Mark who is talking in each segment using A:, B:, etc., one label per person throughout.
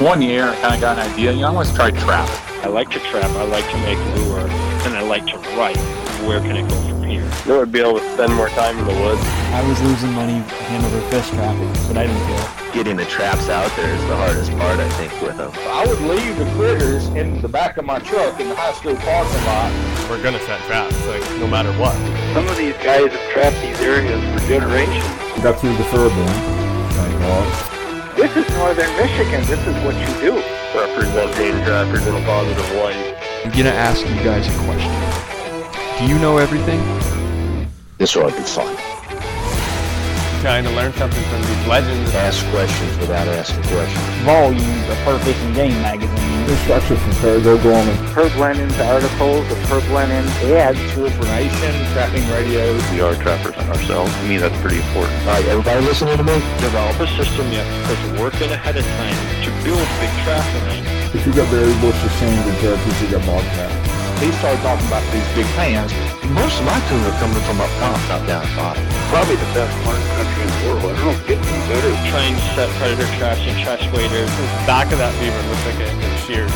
A: one year, I kind of got an idea. You know, I want to try trap.
B: I like to trap, I like to make lure, and I like to write. Where can it go from here?
C: I would be able to spend more time in the woods.
D: I was losing money hand over fist trapping, but I didn't care.
E: Getting the traps out there is the hardest part, I think, with them.
F: I would leave the critters in the back of my truck in the high school parking lot.
G: We're gonna set traps, like no matter what.
C: Some of these guys have trapped these areas for generations.
H: Got through the third one. Thank God.
F: This is northern Michigan. This is what you do.
C: Representing trappers in a positive light.
I: I'm gonna ask you guys a question. Do you know everything?
E: This ought to be fun.
G: Trying to learn something from these legends.
E: Ask questions without asking questions.
D: Volumes of Perfect and Game magazine.
H: They're structured from fair. They're going.
F: Herb Lennon's articles of Herb Lennon. ads to information, trapping radio.
C: We are trappers in ourselves. To me, that's pretty important.
E: All right, everybody listening to me?
B: Develop a system you have to put work in ahead of time to build big traffic.
H: If you got Barry Bush, the same good characters you got Bobcat.
A: He started talking about these big fans.
E: Most of my tunes are coming from up top, not down bottom.
C: Probably the best hunting country in the world. I don't get any better.
B: Try and set predator traps and trash waders.
G: The back of that beaver looks like it was sheared.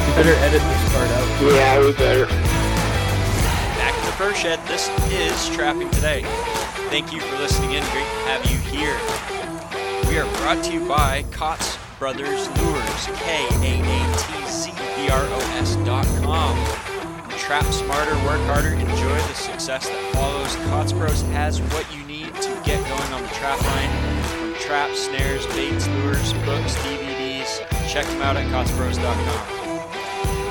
C: Yeah, we better.
J: Back at the fur shed, this is Trapping Today. Thank you for listening in. Great to have you here. We are brought to you by Kotz Brothers Lures, K A A T Z B R O S dot com. Trap smarter, work harder, enjoy the success that follows. Kotz Bros has what you need to get going on the trap line. From traps, snares, baits, lures, books, DVDs, check them out at kotzbros.com.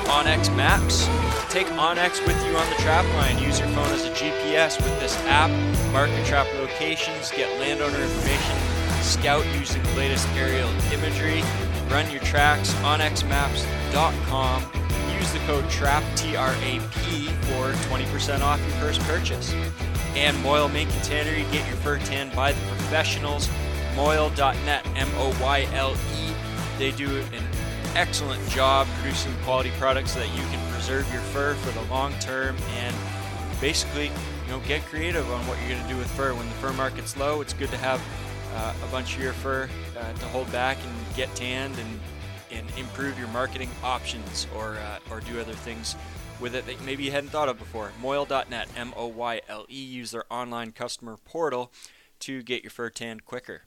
J: Onyx Maps. Take Onyx with you on the trap line. Use your phone as a GPS with this app. Mark your trap locations, get landowner information, scout using the latest aerial imagery, run your tracks. OnyxMaps.com. Use the code TRAP T R A P for 20% off your first purchase. And Moyle Minkin Tannery. Get your fur tan by the professionals. Moyle.net. M O Y L E. They do an excellent job producing quality products so that you can preserve your fur for the long term and basically you know get creative on what you're going to do with fur when the fur market's low it's good to have uh, a bunch of your fur uh, to hold back and get tanned and and improve your marketing options or uh, or do other things with it that maybe you hadn't thought of before moyle.net m-o-y-l-e E, use their online customer portal to get your fur tanned quicker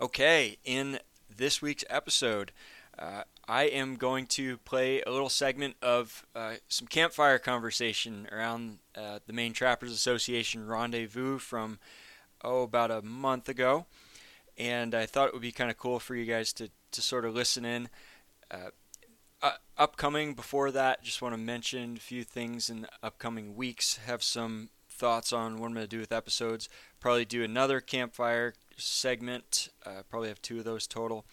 J: Okay, in this week's episode, uh, I am going to play a little segment of uh, some campfire conversation around uh, the Maine Trappers Association rendezvous from, oh, about a month ago. And I thought it would be kind of cool for you guys to, to sort of listen in. Uh, uh, upcoming before that, just want to mention a few things in the upcoming weeks. Have some thoughts on what I'm going to do with episodes. Probably do another campfire segment. Uh, probably have two of those total.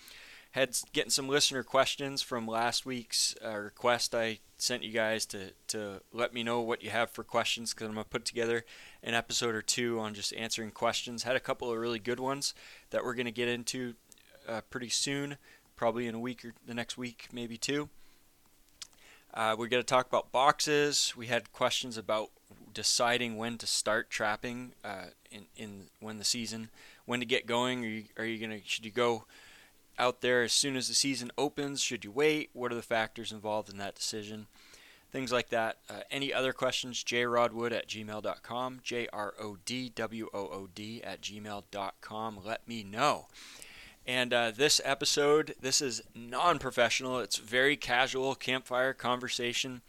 J: Had s- getting some listener questions from last week's uh, request I sent you guys to to let me know what you have for questions because I'm gonna put together an episode or two on just answering questions. Had a couple of really good ones that we're gonna get into uh, pretty soon, probably in a week or the next week, maybe two. Uh, we're going to talk about boxes. We had questions about deciding when to start trapping uh, in, in when the season, when to get going. Are you, are you going to should you go out there as soon as the season opens? Should you wait? What are the factors involved in that decision? Things like that. Uh, any other questions? jrodwood at gmail.com. J R O D W O O D at gmail.com. Let me know. And uh, this episode, this is non professional. It's very casual campfire conversation.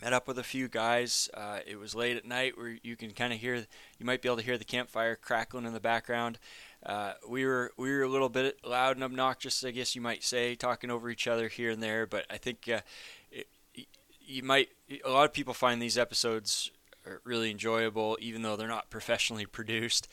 J: Met up with a few guys. Uh, it was late at night where you can kind of hear, you might be able to hear the campfire crackling in the background. Uh, we were we were a little bit loud and obnoxious, I guess you might say, talking over each other here and there. But I think uh, it, you might a lot of people find these episodes are really enjoyable, even though they're not professionally produced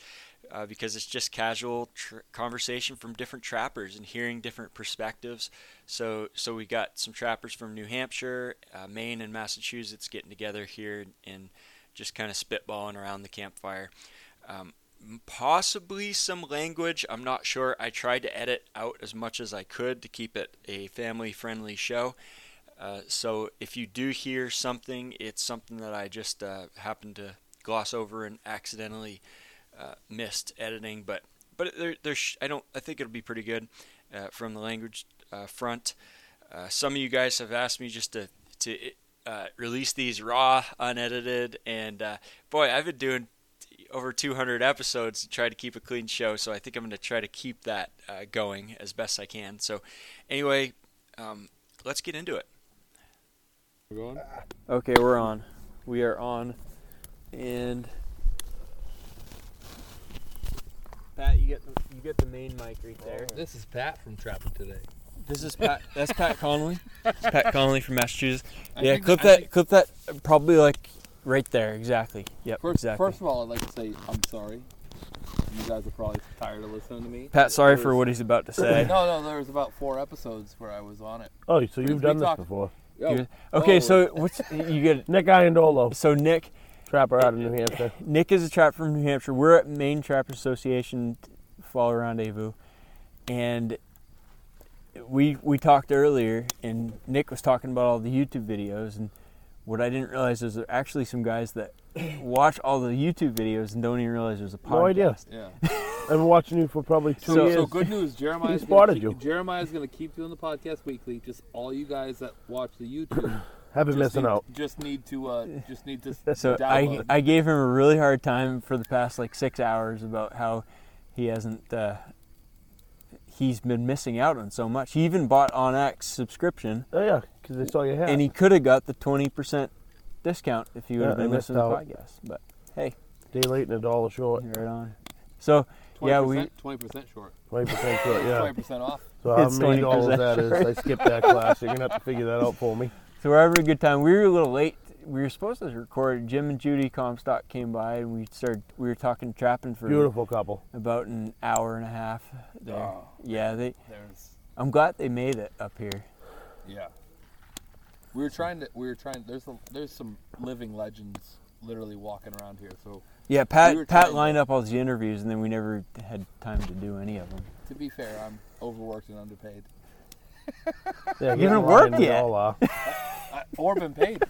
J: uh, because it's just casual tr- conversation from different trappers and hearing different perspectives. So, so we got some trappers from New Hampshire, uh, Maine, and Massachusetts getting together here and just kind of spitballing around the campfire. Um, possibly some language. I'm not sure. I tried to edit out as much as I could to keep it a family-friendly show. Uh, so if you do hear something, it's something that I just uh, happened to gloss over and accidentally uh, missed editing, but but there, there sh- I don't I think it'll be pretty good.
K: uh, from the language uh, front. Uh, some of you guys have asked me just to to uh, release these raw, unedited, and uh, boy, I've been doing over 200 episodes to try to keep a clean show. So I think I'm going to try to keep that uh, going as best I can. So anyway, um, let's get into it.
J: Okay, we're on. We are on. And Pat, you get the, you get the main mic right there.
L: This is Pat from Trapping Today.
J: This is Pat. That's Pat Connolly. It's Pat Connolly from Massachusetts.
L: I
J: Yeah,
L: think-
J: clip
L: I
J: that.
L: think-
J: clip that. Probably like right there. Exactly. Yep.
L: First,
J: exactly.
L: first of all, I'd like to say I'm sorry. You guys are probably tired of listening to me.
J: Pat, sorry
L: There
J: for
L: was-
J: what he's about to say.
L: no, no, there was about four episodes where I was on it.
M: Oh, so
L: We-
M: you've
L: we
M: done this
L: talked-
M: before.
L: Yo,
J: You- okay,
L: oh,
J: so what's you get
M: Nick Iandolo.
J: So Nick
M: Trapper out of New Hampshire.
J: Nick is a trapper from New Hampshire. We're at Maine Trapper Association Fall Rendezvous, and we we talked earlier, and Nick was talking about all the YouTube videos, and what I didn't realize is there are actually some guys that watch all the YouTube videos and don't even realize there's a podcast.
M: No idea.
L: Yeah.
M: I've been watching you for probably two
L: So,
M: years.
L: so good news, Jeremiah's
M: He
L: gonna
M: spotted
L: keep,
M: you.
L: Jeremiah's going to keep doing the podcast weekly. Just all you guys that watch the YouTube
M: Have been
L: just
M: missing
L: need-
M: out.
L: Just need to uh, just need to
J: So I,
L: download.
J: I gave him a really hard time for the past like six hours about how he hasn't uh, he's been missing out on so much. He even bought OnX subscription.
M: Oh yeah, because they saw your hat.
J: and he could have got the twenty percent discount if he would
M: Yeah,
J: have
M: I
J: been
M: missed
J: listening to the
M: out.
J: podcast. But hey,
M: Day late and a dollar short.
J: right on. So yeah, we
L: 20% short.
M: Twenty percent short. Yeah.
L: 20% off.
M: So how
J: It's
M: many dollars
J: 20%
M: that is? I skipped that class. You're gonna have to figure that out for me.
J: so we're having a good time. We were a little late. We were supposed to record. Jim and Judy Comstock came by, and we started. We were talking trapping for
M: Beautiful couple.
J: about an hour and a half. There.
L: Oh.
J: Yeah, they.
L: There's
J: I'm glad they made it up here.
L: yeah. We were trying to. We were trying. There's a, there's some living legends literally walking around here. So
J: Yeah, Pat.
L: were
J: Pat
L: trying-
J: lined up all the interviews, and then we never had time to do any of them.
L: to be fair, I'm overworked and underpaid.
M: Yeah,
J: You haven't
M: getting
J: worked
M: lined, we
J: yet.
M: all are.
L: I, or been paid.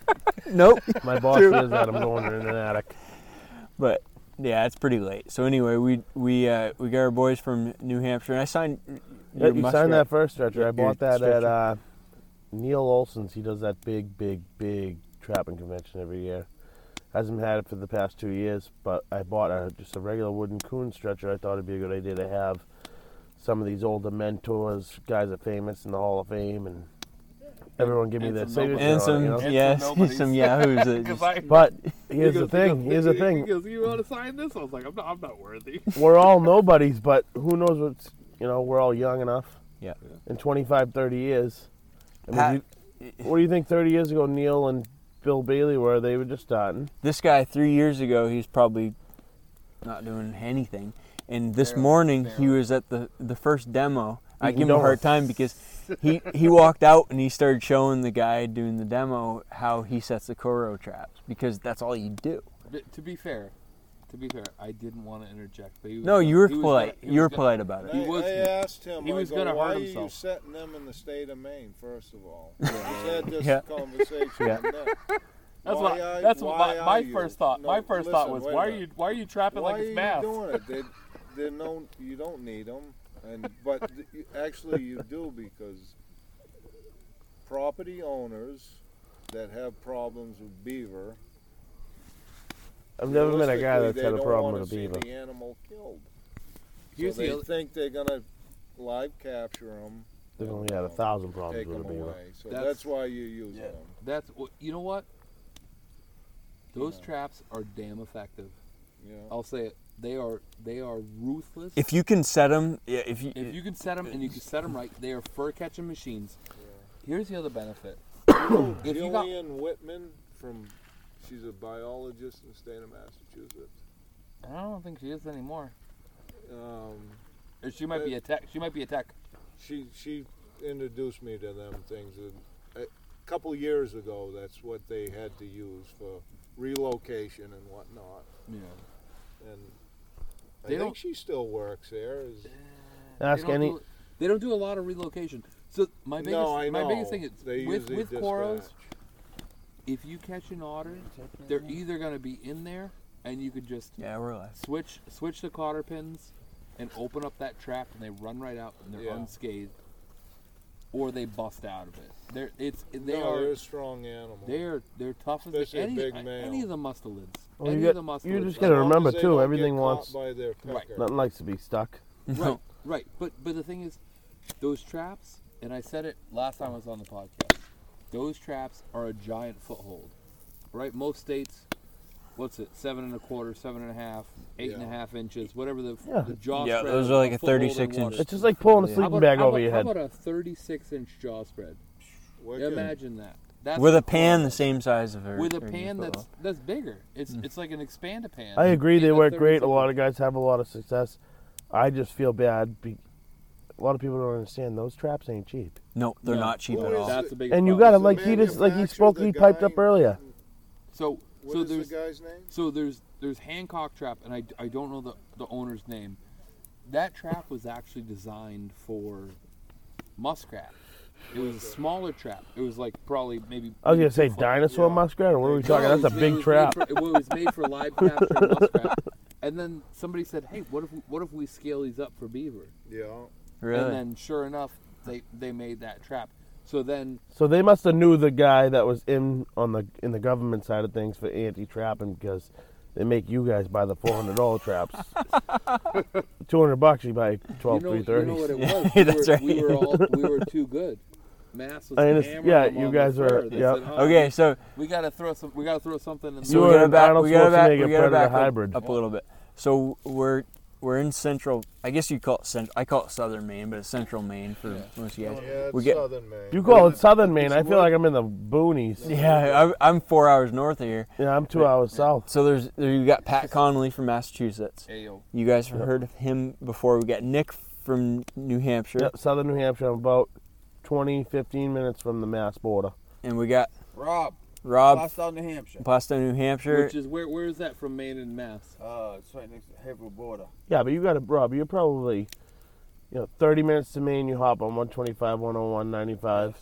J: Nope.
M: uh, My boss is that I'm going in an attic.
J: but yeah, it's pretty late. So anyway, we we uh, we got our boys from New Hampshire, and I signed.
M: Yeah,
J: your
M: you
J: muster-
M: signed that first stretcher.
J: Your-
M: I bought
J: your
M: that at
J: stretcher.
M: uh, Neil Olson's. He does that big, big, big trapping convention every year. Hasn't had it for the past two years, but I bought a, just a regular wooden coon stretcher. I thought it'd be a good idea to have some of these older mentors, guys that are famous in the Hall of Fame, and everyone give me
L: And
M: their
L: some
M: signature.
J: and
M: on it,
J: some
M: you know?
L: some
J: yes,
L: nobodies.
J: some yahoos. That just,
L: 'Cause I-
M: But
L: he
M: here's the
L: goes- he
M: thing.
L: goes-
M: Here's the
L: he
M: thing.
L: goes, you want to sign this? I was like, I'm not. I'm not worthy.
M: we're all nobodies, but who knows what's, you know, we're all young enough.
J: Yeah.
M: In 25, 30 years. I mean,
J: Pat-
M: you- what do you think 30 years ago Neil and Bill Bailey were? They were just starting.
J: this guy three years ago, he's probably not doing anything, and this morning he was at the the first demo. I give him a
M: No.
J: hard time because he he walked out and he started showing the guy doing the demo how he sets the Koro traps because that's all you do.
L: But to be fair, to be fair, I didn't want to interject. But he was
J: No,
L: gonna-
J: you were
L: he was
J: polite.
L: gonna- he
J: You
L: was
J: were
L: gonna-
J: polite about it.
L: He
N: I,
L: was-
N: I asked him.
L: he
N: I
L: was
N: go,
L: gonna hurt
N: Why are you
L: himself."
N: setting them in the state of Maine? First of all, we had this
J: Yeah.
N: conversation.
J: Yeah.
N: with them.
L: That's
N: Why
L: what.
N: are-
L: that's what
N: why
L: my,
N: are
L: my
N: you?
L: first thought.
N: No,
L: my first thought was,
N: listen, wait a
L: why are
N: minute.
L: you why are you trapping
N: Why
L: like
N: are
L: it's
N: you
L: math?
N: doing it? They, they're no, you don't need them, and but th- you- actually you do because property owners that have problems with beaver.
M: I've never met a guy
N: realistically,
M: that's
N: they
M: had a
N: don't
M: problem
N: wanna
M: with a
N: see
M: beaver.
N: The animal killed.
L: Here's
N: so
L: the
N: they
L: oth-
N: think they're gonna live capture them.
M: They've only had a thousand problems
N: Take
M: with a
N: them
M: beaver.
N: away. So
L: That's-
N: that's, why you use
L: Yeah.
N: them.
L: That's what you know. What those
N: Yeah.
L: traps are damn effective.
N: You know?
L: I'll say it. They are they are ruthless.
J: If you can set them, yeah, if you,
L: If you can set them and you can set them right, they are fur catching machines. Here's the other benefit. if you got
N: Jillian Whitman from, she's a biologist in the state of Massachusetts.
L: I don't think she is anymore.
N: Um,
L: Or she might be a tech. She might be a tech.
N: she she introduced me to them things and a couple years ago. That's what they had to use for relocation and whatnot.
L: Yeah.
N: And I
L: They don't-
N: think she still works there. Is,
M: Ask
L: they don't
M: any.
L: Do, they don't do a lot of relocation. So my biggest
N: no, I know.
L: my biggest thing is
N: they
L: with
N: usually
L: with coros.
N: dispatch.
L: If you catch an otter, they're either gonna be in there and you could just
J: yeah, we're live.
L: switch switch the cotter pins and open up that trap and they run right out and they're
N: Yeah.
L: unscathed, or they bust out of it. They're it's they
N: No,
L: are
N: they're a strong animal.
L: They're they're tough as
N: Especially a
L: any,
N: big
L: I- any
N: male.
L: of the mustelids.
M: Well,
L: any
M: you,
L: of the
M: got,
L: mustelids.
M: you just
L: like-
M: got to remember
N: they
M: too.
N: don't
M: everything
N: get caught
M: wants.
N: by their Right. pecker.
M: Nothing likes to be stuck.
L: Right, right. But but the thing is, those traps, and I said it last time I was on the podcast. Those traps are a giant foothold, right? Most states, what's it, seven and a quarter, seven and a half, eight and a half inches, whatever the
M: Yeah.
L: the jaw.
D: Yeah,
L: spread
D: those
L: of
D: are like a
L: foothold in
D: 36
L: water.
D: inch
M: It's just like pulling a
D: Yeah.
M: sleeping
L: How about-
M: bag
L: how
M: over
L: about-
M: your head.
L: How about a 36 inch jaw spread? Imagine that.
D: with a pan the same size of her.
L: with a
D: her
L: pan
D: football.
L: that's that's bigger. It's it's like an expand a pan.
M: Mm. I agree. They
L: And a
M: work great. A
L: 36
M: lot of guys have a lot of success. I just feel bad. Be- a lot of people don't understand those traps ain't cheap.
D: No, they're not cheap at all.
L: That's the biggest
M: And you
L: problem.
M: got to like he just like he spoke. He piped up earlier.
L: So so
N: is the
L: there's
N: guy's name?
L: so there's there's Hancock trap, and I, I don't know the the owner's name. That trap was actually designed for muskrat. It was a smaller trap. It was like probably maybe.
M: I was
L: maybe
M: gonna say
L: two foot.
M: dinosaur muskrat. Or what are we talking?
L: No,
M: That's a
L: it was- it
M: big
L: was
M: trap.
L: made for- it was made for live capture and muskrat. And then somebody said, "Hey, what if we, what if we scale these up for beaver?"
N: Yeah.
D: Really?
L: And then, sure enough, they they made that trap. So then,
M: So they must have knew the guy that was in on the in the government side of things for anti-trapping because they make you guys buy the four hundred dollar traps. Two hundred bucks you buy twelve
L: you know,
M: three
L: you
M: thirty.
L: know what it was. we, were, we were all we were too good. Mass was
M: I understand-
L: hammering
M: yeah,
L: them
M: you
L: on
M: guys
L: the
M: are-
L: fur. They
M: yeah.
L: said, "Oh,
D: Okay, so-
L: we gotta throw some. We gotta throw something. In
D: So
L: the
D: we gotta back,
M: Arnold
D: we gotta back,
M: Schwarzenegger
D: we gotta
M: predator
D: back up-
M: hybrid.
D: up a little bit. So we're we're in central. I guess you call it central. I call it southern Maine, but it's central Maine for most of you guys.
N: Yeah, it's
D: we get,
N: southern Maine.
M: You call it Southern Maine. I feel like I'm in the boonies.
D: Yeah, I, I'm four hours north of here.
M: Yeah, I'm two hours south.
D: So there's there, you got Pat Connolly from Massachusetts.
L: Ayo.
D: You guys have
M: Yep.
D: heard of him before. We got Nick from New Hampshire,
M: Yep, Southern New Hampshire. I'm about 20, 15 minutes from the Mass border.
D: and we got
O: Rob.
D: Rob
O: Plastow, New Hampshire.
D: Plastow, New Hampshire.
L: Which is where? Where is that from? Maine and Mass.
O: Uh, it's right next to the Haverhill border.
M: Yeah, but you got to, Rob, you're probably, you know, 30 minutes to Maine. You hop on 125, 101, 95.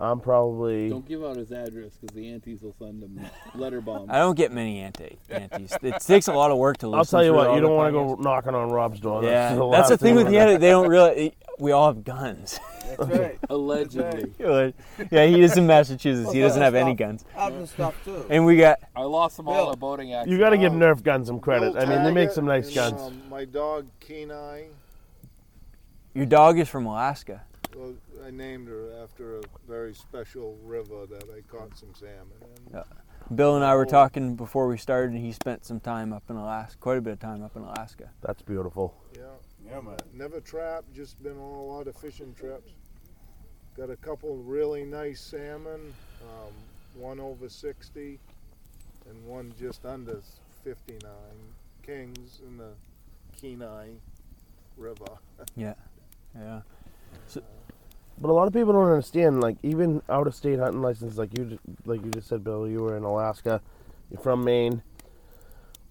M: oh I'm probably.
L: Don't give out his address because the antis will send him letter bombs.
D: I don't get many anti antis. It takes a lot of work to listen.
M: I'll tell you
D: through
M: what,
D: all
M: you
D: the
M: don't want to
D: podcasts.
M: go knocking on Rob's door.
D: Yeah,
M: the
D: that's the
M: last
D: thing with the
M: we're-
D: edit. They don't realize we all have guns.
L: Allegedly.
D: yeah, he is in Massachusetts. He doesn't have any guns. And we got
L: I lost them all in a boating accident.
M: You got to
D: Oh.
M: give Nerf guns some credit. I mean, they make
N: Target
M: some nice
N: and,
M: guns.
N: um, my dog Kenai,
D: your dog is from Alaska.
N: well, I named her after a very special river that I caught some salmon in.
D: Yeah. Bill and I were talking before we started, and he spent some time up in Alaska, quite a bit of time up in Alaska.
M: That's beautiful.
N: Yeah.
O: Yeah, man.
N: Never trapped, just been on a lot of fishing trips. Got a couple really nice salmon, um, one over 60 and one just under 59 kings in the Kenai River.
D: Yeah, yeah. So,
M: But a lot of people don't understand, like even out of state hunting license, like you, ju- like you just said, Bill, you were in Alaska, you're from Maine.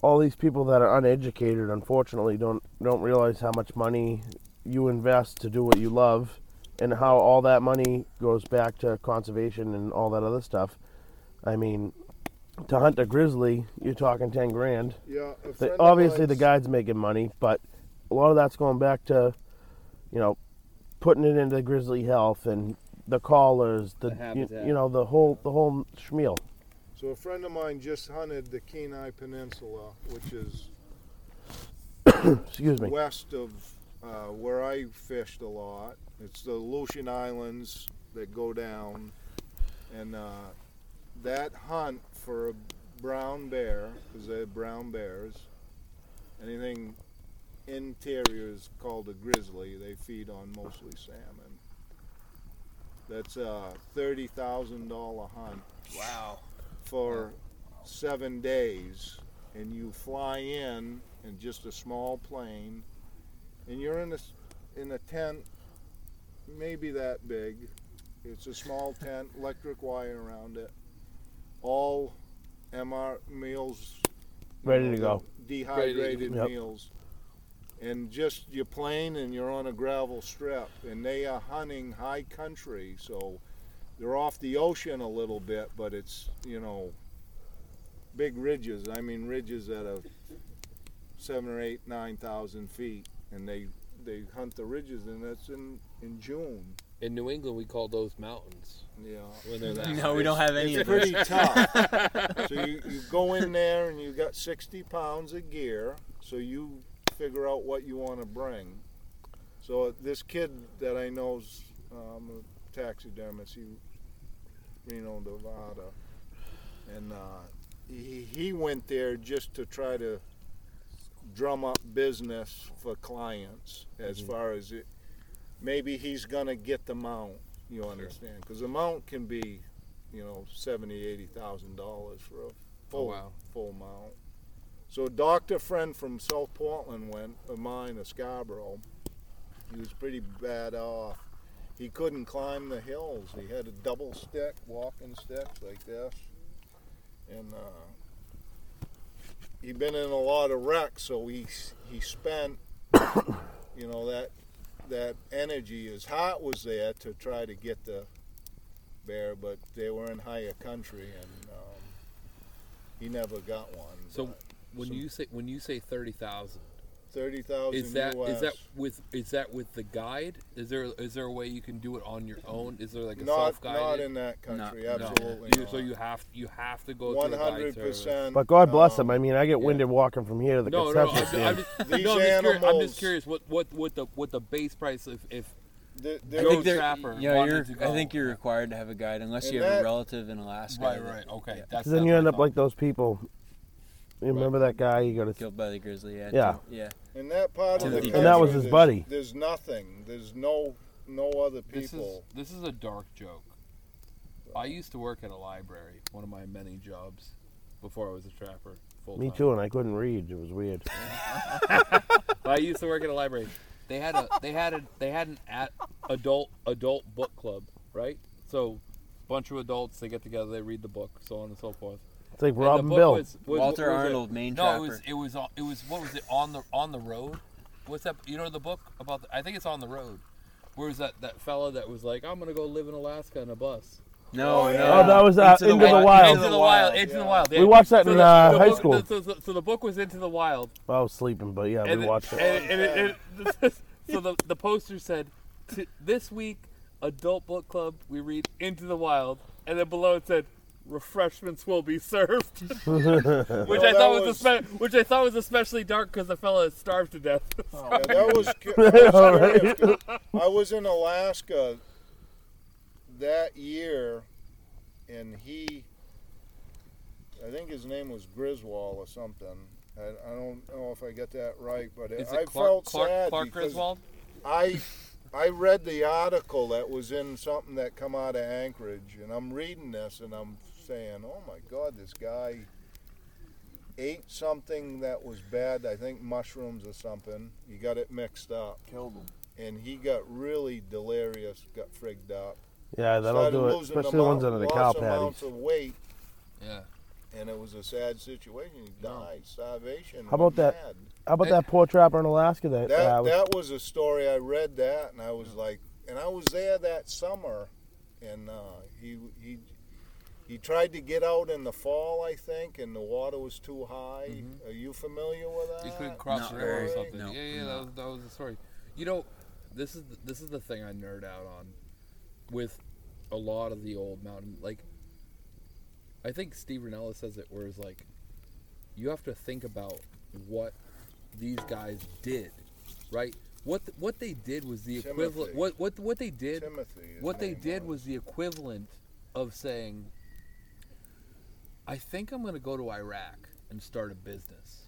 M: All these people that are uneducated, unfortunately, don't don't realize how much money you invest to do what you love, and how all that money goes back to conservation and all that other stuff. I mean, to hunt a grizzly, you're talking ten grand.
N: Yeah, a
M: They-
N: friend of
M: obviously the
N: mine's-
M: guide's making money, but a lot of that's going back to, you know, putting it into grizzly health and the collars, the,
N: The
M: you,
N: habitat.
M: you know the whole the whole schmeal.
N: So a friend of mine just hunted the Kenai Peninsula, which is
M: Excuse me.
N: west of uh, where I fished a lot. It's the Aleutian Islands that go down, and uh, that hunt for a brown bear because they're brown bears. Anything interior is called a grizzly. They feed on mostly salmon. That's a thirty thousand dollar hunt.
J: Wow.
N: For seven days, and you fly in in just a small plane, and you're in a s- in a tent, maybe that big. It's a small tent, electric wire around it. All MR meals
M: Ready to go.
N: dehydrated
M: Yep.
N: meals and just you're playing and you're on a gravel strip and they are hunting high country so they're off the ocean a little bit but it's you know big ridges i mean ridges that are seven or eight nine thousand feet and they they hunt the ridges, and that's in in June.
L: In New England, we call those mountains.
N: Yeah.
L: When they're that
D: No, we
L: high.
D: don't have any
N: It's
D: of those.
N: pretty tough. so you, you go in there and you got 60 pounds of gear, so you figure out what you want to bring. So this kid that I know's um, a taxidermist, he Reno, Nevada, and uh, he he went there just to try to drum up business for clients as
L: Mhm.
N: far as it. Maybe he's gonna get the mount. You understand? Because the mount can be, you know, seventy, eighty thousand dollars for a full
L: wow.
N: full mount. So a doctor friend from South Portland went of mine, a Scarborough. He was pretty bad off. He couldn't climb the hills. He had a double stick, walking stick like this, and uh, he'd been in a lot of wrecks. So he he spent, you know, that that energy. His heart was there to try to get the bear, but they were in higher country, and um, he never got one.
L: So when
N: so-
L: you say when you say thirty thousand,
N: Thirty thousand
L: is that is
N: US.
L: that with is that with the guide? Is there is there a way you can do it on your own? Is there like a
N: Not-
L: self guided?
N: not in that country, absolutely
L: You, so you have you have to go through the guide service.
N: 100%.
M: But God bless
N: um,
M: them. I mean, I get winded walking from here to the
L: No, no, no, I'm
M: concession
L: just, I'm
M: stand.
L: just,
N: These
L: no, I'm just curious, I'm
N: animals-
L: just curious what, what, what the what the base price if, if
N: the,
D: I
L: Joe
D: think they're-
L: Trapper
D: yeah,
L: wanted
D: you're,
L: to
D: I
L: go.
D: think you're required to have a guide unless
L: And
D: you have
L: that-
D: a relative in Alaska.
L: Right,
D: that-
L: right, okay,
D: yeah.
L: that's-
M: 'Cause then you end up like those people. You remember that guy? You got
D: killed by the grizzly. Yeah.
M: Yeah.
D: to- yeah.
N: In that part of the
M: And
N: country,
M: that was his
N: there's-
M: buddy.
N: There's nothing. There's no no other
L: This is
N: people.
L: this is a dark joke. I used to work at a library, one of my many jobs, before I was a trapper. Full
M: me
L: time.
M: too, and I couldn't read. It was weird.
L: I used to work at a library. They had a they had a they had an at, adult adult book club, right? So, bunch of adults they get together, they read the book, so on and so forth.
M: It's like
L: the
M: Rob and
L: book
M: Bill.
D: Walter
L: it?
D: Arnold, Maine
L: No, it was it was on- it was what was it on the on the road? What's that? You know the book about? The, I think it's on the road. Where's that that fella that was like, I'm gonna go live in Alaska on a bus.
D: No,
M: Oh, no. that was, uh, Into the Wild.
L: Into the Wild. Into the Wild.
M: We watched that
L: So
M: in,
L: the-
M: uh,
L: the
M: high
L: book-
M: school.
L: So, so- so the book was Into the Wild.
M: I was sleeping, but yeah,
L: and
M: we
L: it-
M: watched it.
L: and it- and it- and- so the, the poster said, "T- "This week, adult book club. We read Into the Wild," and then below it said, "Refreshments will be served," which I
N: that
L: thought was,
N: was-
L: espe- which I thought was especially dark because the fella is starved to death.
N: Yeah, that was. cu-
L: All
N: that was
L: right.
N: curious. I was in Alaska that year, and he, I think his name was Griswold or something. I, I don't know if I get that right, but
L: Is it
N: I
L: Clark-
N: felt
L: Clark-
N: sad
L: Clark
N: because
L: Griswold?
N: I I read the article that was in something that come out of Anchorage, and I'm reading this and I'm saying, oh my God, this guy ate something that was bad. I think mushrooms or something. He got it mixed up.
O: Killed him.
N: And he got really delirious, got frigged up.
M: Yeah, that'll
N: Started
M: do it,
N: losing
M: especially the ones
N: amount-
M: under the cow
N: lost amounts
M: patties.
N: of weight.
L: Yeah.
N: And it was a sad situation. He died. Starvation.
M: How about
N: went
M: that?
N: mad.
M: How about that poor trapper in Alaska that,
N: Eh, That
M: uh, was-
N: that was a story I read that, and I was like, and I was there that summer, and uh, he he he tried to get out in the fall, I think, and the water was too high.
O: Mm-hmm.
N: Are you familiar with that?
L: You couldn't cross the
N: story?
L: river or something. yeah, yeah, that was that was the story. You know, this is this is the thing I nerd out on with a lot of the old mountain. Like, I think Steve Renella says it, where it's like, you have to think about what these guys did, right? What th- what they did was the equivalent.
N: Timothy.
L: What what what they did.
N: Timothy is
L: what they
N: named
L: did was the equivalent of saying, I think I'm going to go to Iraq and start a business.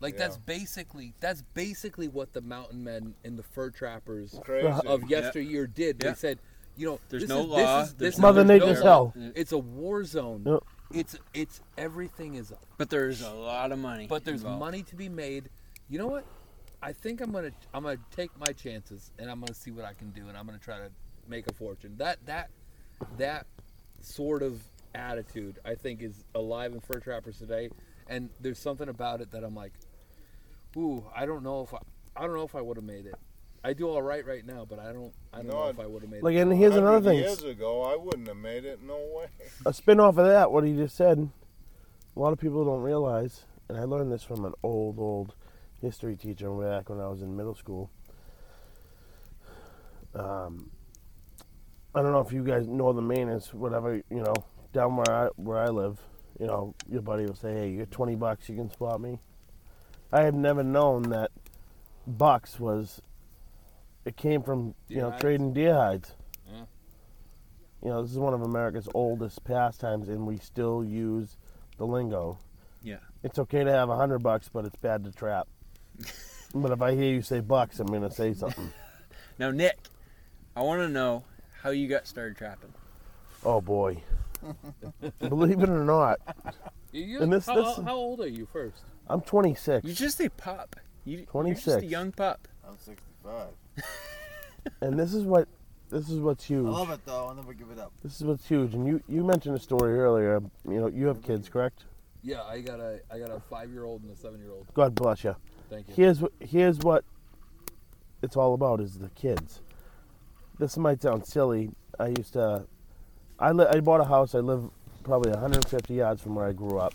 L: Like that's
N: Yeah.
L: basically that's basically what the mountain men and the fur trappers
N: Crazy.
L: of
N: Yep.
L: yesteryear did.
N: Yep.
L: They said, you know,
D: There's
L: this
D: no
L: is,
D: law,
L: This is,
D: there's
L: this
M: Mother
L: is, there's
M: Nature's
L: law.
M: hell.
L: It's a war zone.
M: Yep.
L: It's it's everything is.
D: But there's a lot of money.
L: But there's
D: involved.
L: money to be made. You know what? I think I'm gonna I'm gonna take my chances and I'm gonna see what I can do and I'm gonna try to make a fortune. That that that sort of attitude I think is alive in fur trappers today. And there's something about it that I'm like, ooh, I don't know if I, I don't know if I would have made it. I do all right right now, but I don't I don't know if I would have made
M: Like,
L: it.
M: and here's another
N: 100
M: thing.
N: Years ago, I wouldn't have made it. No way.
M: a spin off of that, what he just said, a lot of people don't realize, and I learned this from an old, old history teacher way back when I was in middle school. Um, I don't know if you guys know the Mainers, whatever you know, down where I where I live. You know, your buddy will say, "Hey, you got twenty bucks, you can spot me." I have never known that bucks was. It came from you
L: Deer
M: know
L: hides?
M: trading deer hides.
L: Yeah.
M: You know, this is one of America's oldest pastimes, and we still use the lingo.
P: Yeah.
M: It's okay to have a hundred bucks, but it's bad to trap. but if I hear you say bucks, I'm gonna say something.
D: Now, Nick, I want to know how you got started trapping.
M: oh boy, believe it or not,
L: You,
M: and this
L: how,
M: this
L: how- how old are you first?
M: I'm 26.
D: You just a pup. You, You're just
M: 26.
D: a young pup.
O: I'm 65.
M: and this is what this is what's
O: I
M: huge.
O: love it though. I'll never give it up.
M: This is what's huge. And you you mentioned a story earlier. You know, you have kids, correct?
L: Yeah, I got a I got a five year old and a seven year old.
M: God bless you.
L: Thank you.
M: Here's wh- here's what it's all about is the kids. This might sound silly. I used to, I li- I bought a house. I live probably 150 yards from where I grew up,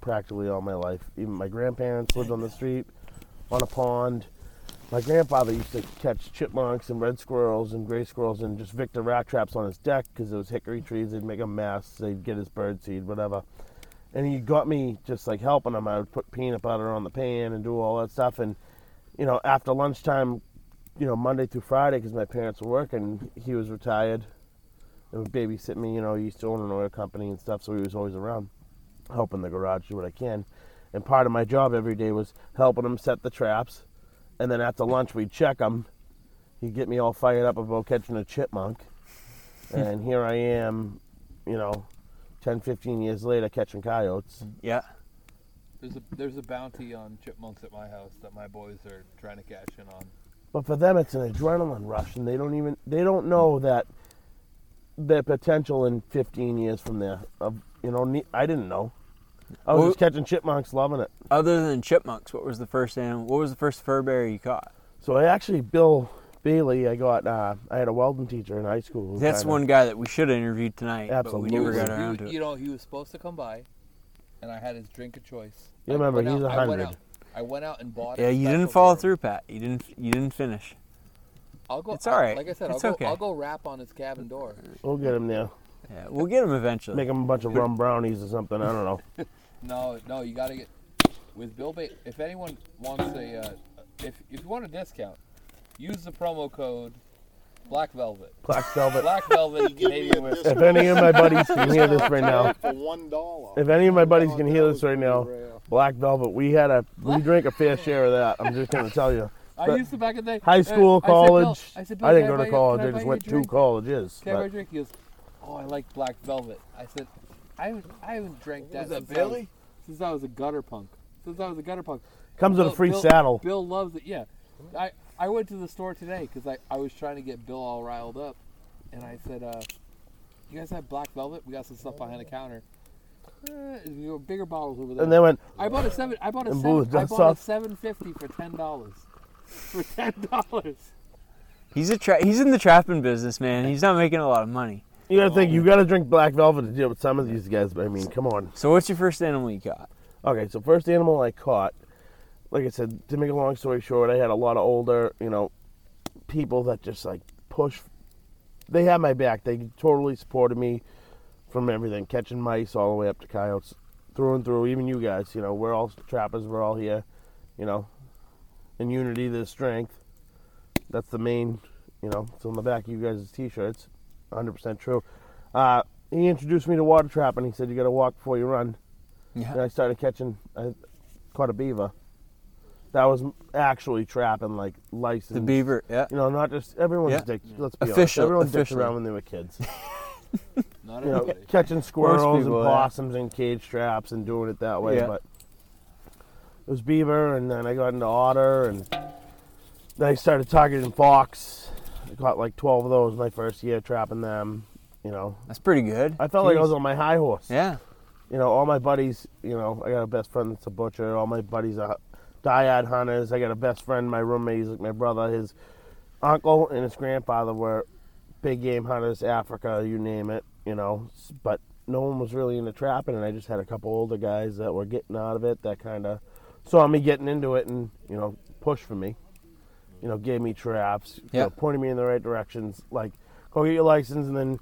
M: practically all my life. Even my grandparents lived on the street, on a pond. My grandfather used to catch chipmunks and red squirrels and gray squirrels and just victor rat traps on his deck because it was hickory trees. They'd make a mess. They'd get his bird seed, whatever and he got me just like helping him. I would put peanut butter on the pan and do all that stuff. And you know, after lunchtime, you know, Monday through Friday, because my parents were working, he was retired and would babysit me. You know, he used to own an oil company and stuff, so he was always around, helping the garage do what I can. And part of my job every day was helping him set the traps. And then after lunch, we'd check them. He'd get me all fired up about catching a chipmunk. and here I am, you know, 10, 15 years later catching coyotes.
D: Yeah.
L: There's a there's a bounty on chipmunks at my house that my boys are trying to cash in on.
M: But for them, it's an adrenaline rush, and they don't even they don't know that their potential in 15 years from there. Of you know, ne- I didn't know. I was
D: Well-
M: just catching chipmunks, loving it.
D: Other than chipmunks, what was the first animal? What was the first fur bear you caught?
M: So I actually, Bill Bailey, I got uh, I had a welding teacher in high school. who
D: That's
M: kinda-
D: one guy that we should have interviewed tonight, but we never
M: Absolutely.
D: got
M: You-
D: around to
L: You,
D: it.
L: you know, he was supposed to come by, and I had his drink of choice.
M: You
L: I
M: remember,
L: went
M: he's
L: out-
M: a
L: I went
M: hundred.
L: out- I went out and bought. a
D: Yeah, you
L: special-
D: didn't follow through, Pat. You didn't. You didn't finish.
L: I'll go.
D: it's all right.
L: Like I said,
D: It's
L: I'll
D: okay.
L: go. I'll go rap on his cabin door.
M: We'll get him now.
D: Yeah, we'll get him eventually.
M: Make him a bunch of rum brownies or something. I don't know.
L: No, no, you got to get with Bill Bait. If anyone wants a, uh, if if you want a discount, use the promo code Black Velvet.
M: Black Velvet.
L: Black Velvet Canadian whiskey.
M: If any of my buddies can hear this right now,
N: For one dollar.
M: if any of my buddies can hear this right now, Black Velvet, we had a we drank a fair share of that. I'm just gonna tell you.
L: I
M: But
L: used to back in the day.
M: High
L: uh,
M: school,
L: I said, Bill-
M: college. I,
L: said, "Bill,
M: didn't
L: can
M: go
L: buy
M: to
L: you-
M: college.
L: can buy
M: I just
L: you a
M: went to
L: drink?
M: colleges.
L: Can I buy
M: but-
L: a drink? He goes, oh, I like Black Velvet. I said, I haven't, I haven't drank that,
O: Was that
L: since, I was-
O: Billy?
L: since I was a gutter punk. Since I was a gutter punk.
M: Comes with a
L: Bill-
M: free
L: Bill-
M: saddle.
L: Bill loves it. Yeah, I, I went to the store today because I, I was trying to get Bill all riled up, and I said, uh, "You guys have Black Velvet? We got some stuff behind the counter." Eh, you know, bigger bottles over there.
M: And they went,
L: I bought a seven. I bought a
M: and
L: seven.
M: blew the
L: I
M: dust
L: bought
M: off.
L: a seven fifty for ten dollars. For ten dollars.
D: He's a tra- he's in the trapping business, man. He's not making a lot of money.
M: You gotta think you gotta drink black velvet to deal with some of these guys, but I mean, come on.
D: So what's your first animal you caught?
M: Okay, so first animal I caught, like I said, to make a long story short, I had a lot of older, you know, people that just like push they had my back. They totally supported me from everything, catching mice all the way up to coyotes, through and through, even you guys, you know, we're all trappers, we're all here, you know. In unity there's strength. That's the main, you know, it's on the back of you guys' t-shirts. 100% true. Uh, he introduced me to water trapping. He said, you got to walk before you run.
D: Yeah.
M: And I started catching, I caught a beaver. That was actually trapping, like, licensed.
D: The beaver, yeah.
M: You know, not just, everyone's
D: Yeah.
M: dick, let's be
D: Official-
M: honest. Everyone dicked
D: officially.
M: around when they were kids.
L: Not
M: you know,
L: everybody.
M: catching squirrels and
D: people, yeah.
M: possums and cage traps and doing it that way,
D: Yeah.
M: but it was beaver, and then I got into otter, and then I started targeting fox. I caught like 12 of those my first year trapping them. You know,
D: that's pretty good.
M: I felt like I was
D: Jeez.
M: on my high horse.
D: Yeah.
M: You know, all my buddies. You know, I got a best friend that's a butcher. All my buddies are dyad hunters. I got a best friend, my roommate, he's like my brother. His uncle and his grandfather were big game hunters, Africa, you name it. You know, S- but no one was really into trapping, and I just had a couple older guys that were getting out of it. That kind of saw me getting into it and you know pushed for me, you know gave me traps, you know,
D: Yep.
M: pointed me in the right directions. Like go get your license and then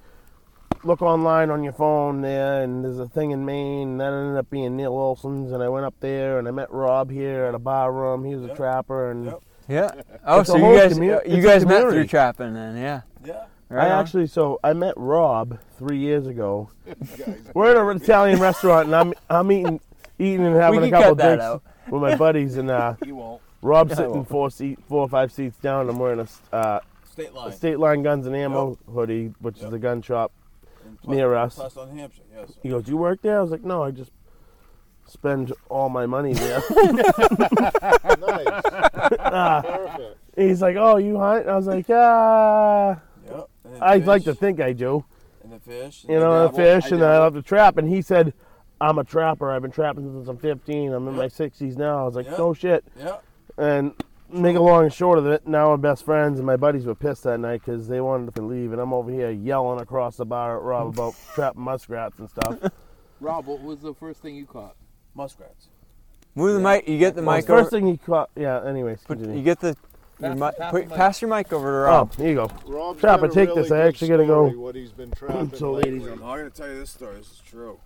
M: look online on your phone there and there's a thing in Maine. And that ended up being Neil Olson's and I went up there and I met Rob here at a bar room. He was a trapper and
D: Yeah. Oh,
M: It's a
D: so
M: whole
D: you guys,
M: commu-
D: you
M: it's a
D: guys met through
M: community.
D: trapping then, yeah?
M: Yeah.
D: Right
M: I
D: on.
M: actually, so I met Rob three years ago. We're at an Italian restaurant, and I'm I'm eating eating and having
D: We
M: a
D: can
M: couple
D: cut that
M: drinks
D: out.
M: with my buddies, and uh,
D: You won't.
M: Rob's
D: Yeah, I
M: sitting
D: won't.
M: four seat, four or five seats down. I'm wearing a s- uh,
O: State
M: a
O: Line.
M: state line guns and ammo hoodie, which is a gun shop
O: Pla-
M: near us.
O: Plaston, New Hampshire, yes.
M: He goes, "You work there?" I was like, "No, I just spend all my money there."
O: Nice.
M: Ah.
O: Perfect.
M: he's like, "Oh, you hunt?" I was like, "Ah."
O: Yep, and then
M: I'd like to
O: fish.
M: think I do.
O: And the fish, and
M: You
O: the
M: know, the
O: dabble.
M: fish,
O: I
M: and I
O: dabble.
M: love to trap. And he said, "I'm a trapper. I've been trapping since I'm 15. I'm in my 60s now." I was like,
O: Yep.
M: "No shit."
O: Yep.
M: And make a long and short of it, now we're best friends, and my buddies were pissed that night because they wanted to leave, and I'm over here yelling across the bar at Rob about trapping muskrats and stuff.
L: Rob, what was the first thing you caught?
O: Muskrats.
D: Move the mic. You get the
M: Well,
D: mic
M: first
D: over.
M: thing he caught. Yeah. Anyways, continue.
D: you get the. Your
N: Pass-
D: mic,
N: pass
D: put,
N: the mic.
D: pass your mic over to Rob.
M: Oh, here you go.
N: Rob's
M: Trapper,
N: got a
M: take this.
N: really
M: I
N: good
M: actually gotta go.
N: story, What he's been trapping.
M: So
N: lately.
O: I'm gonna tell you this story. This is true.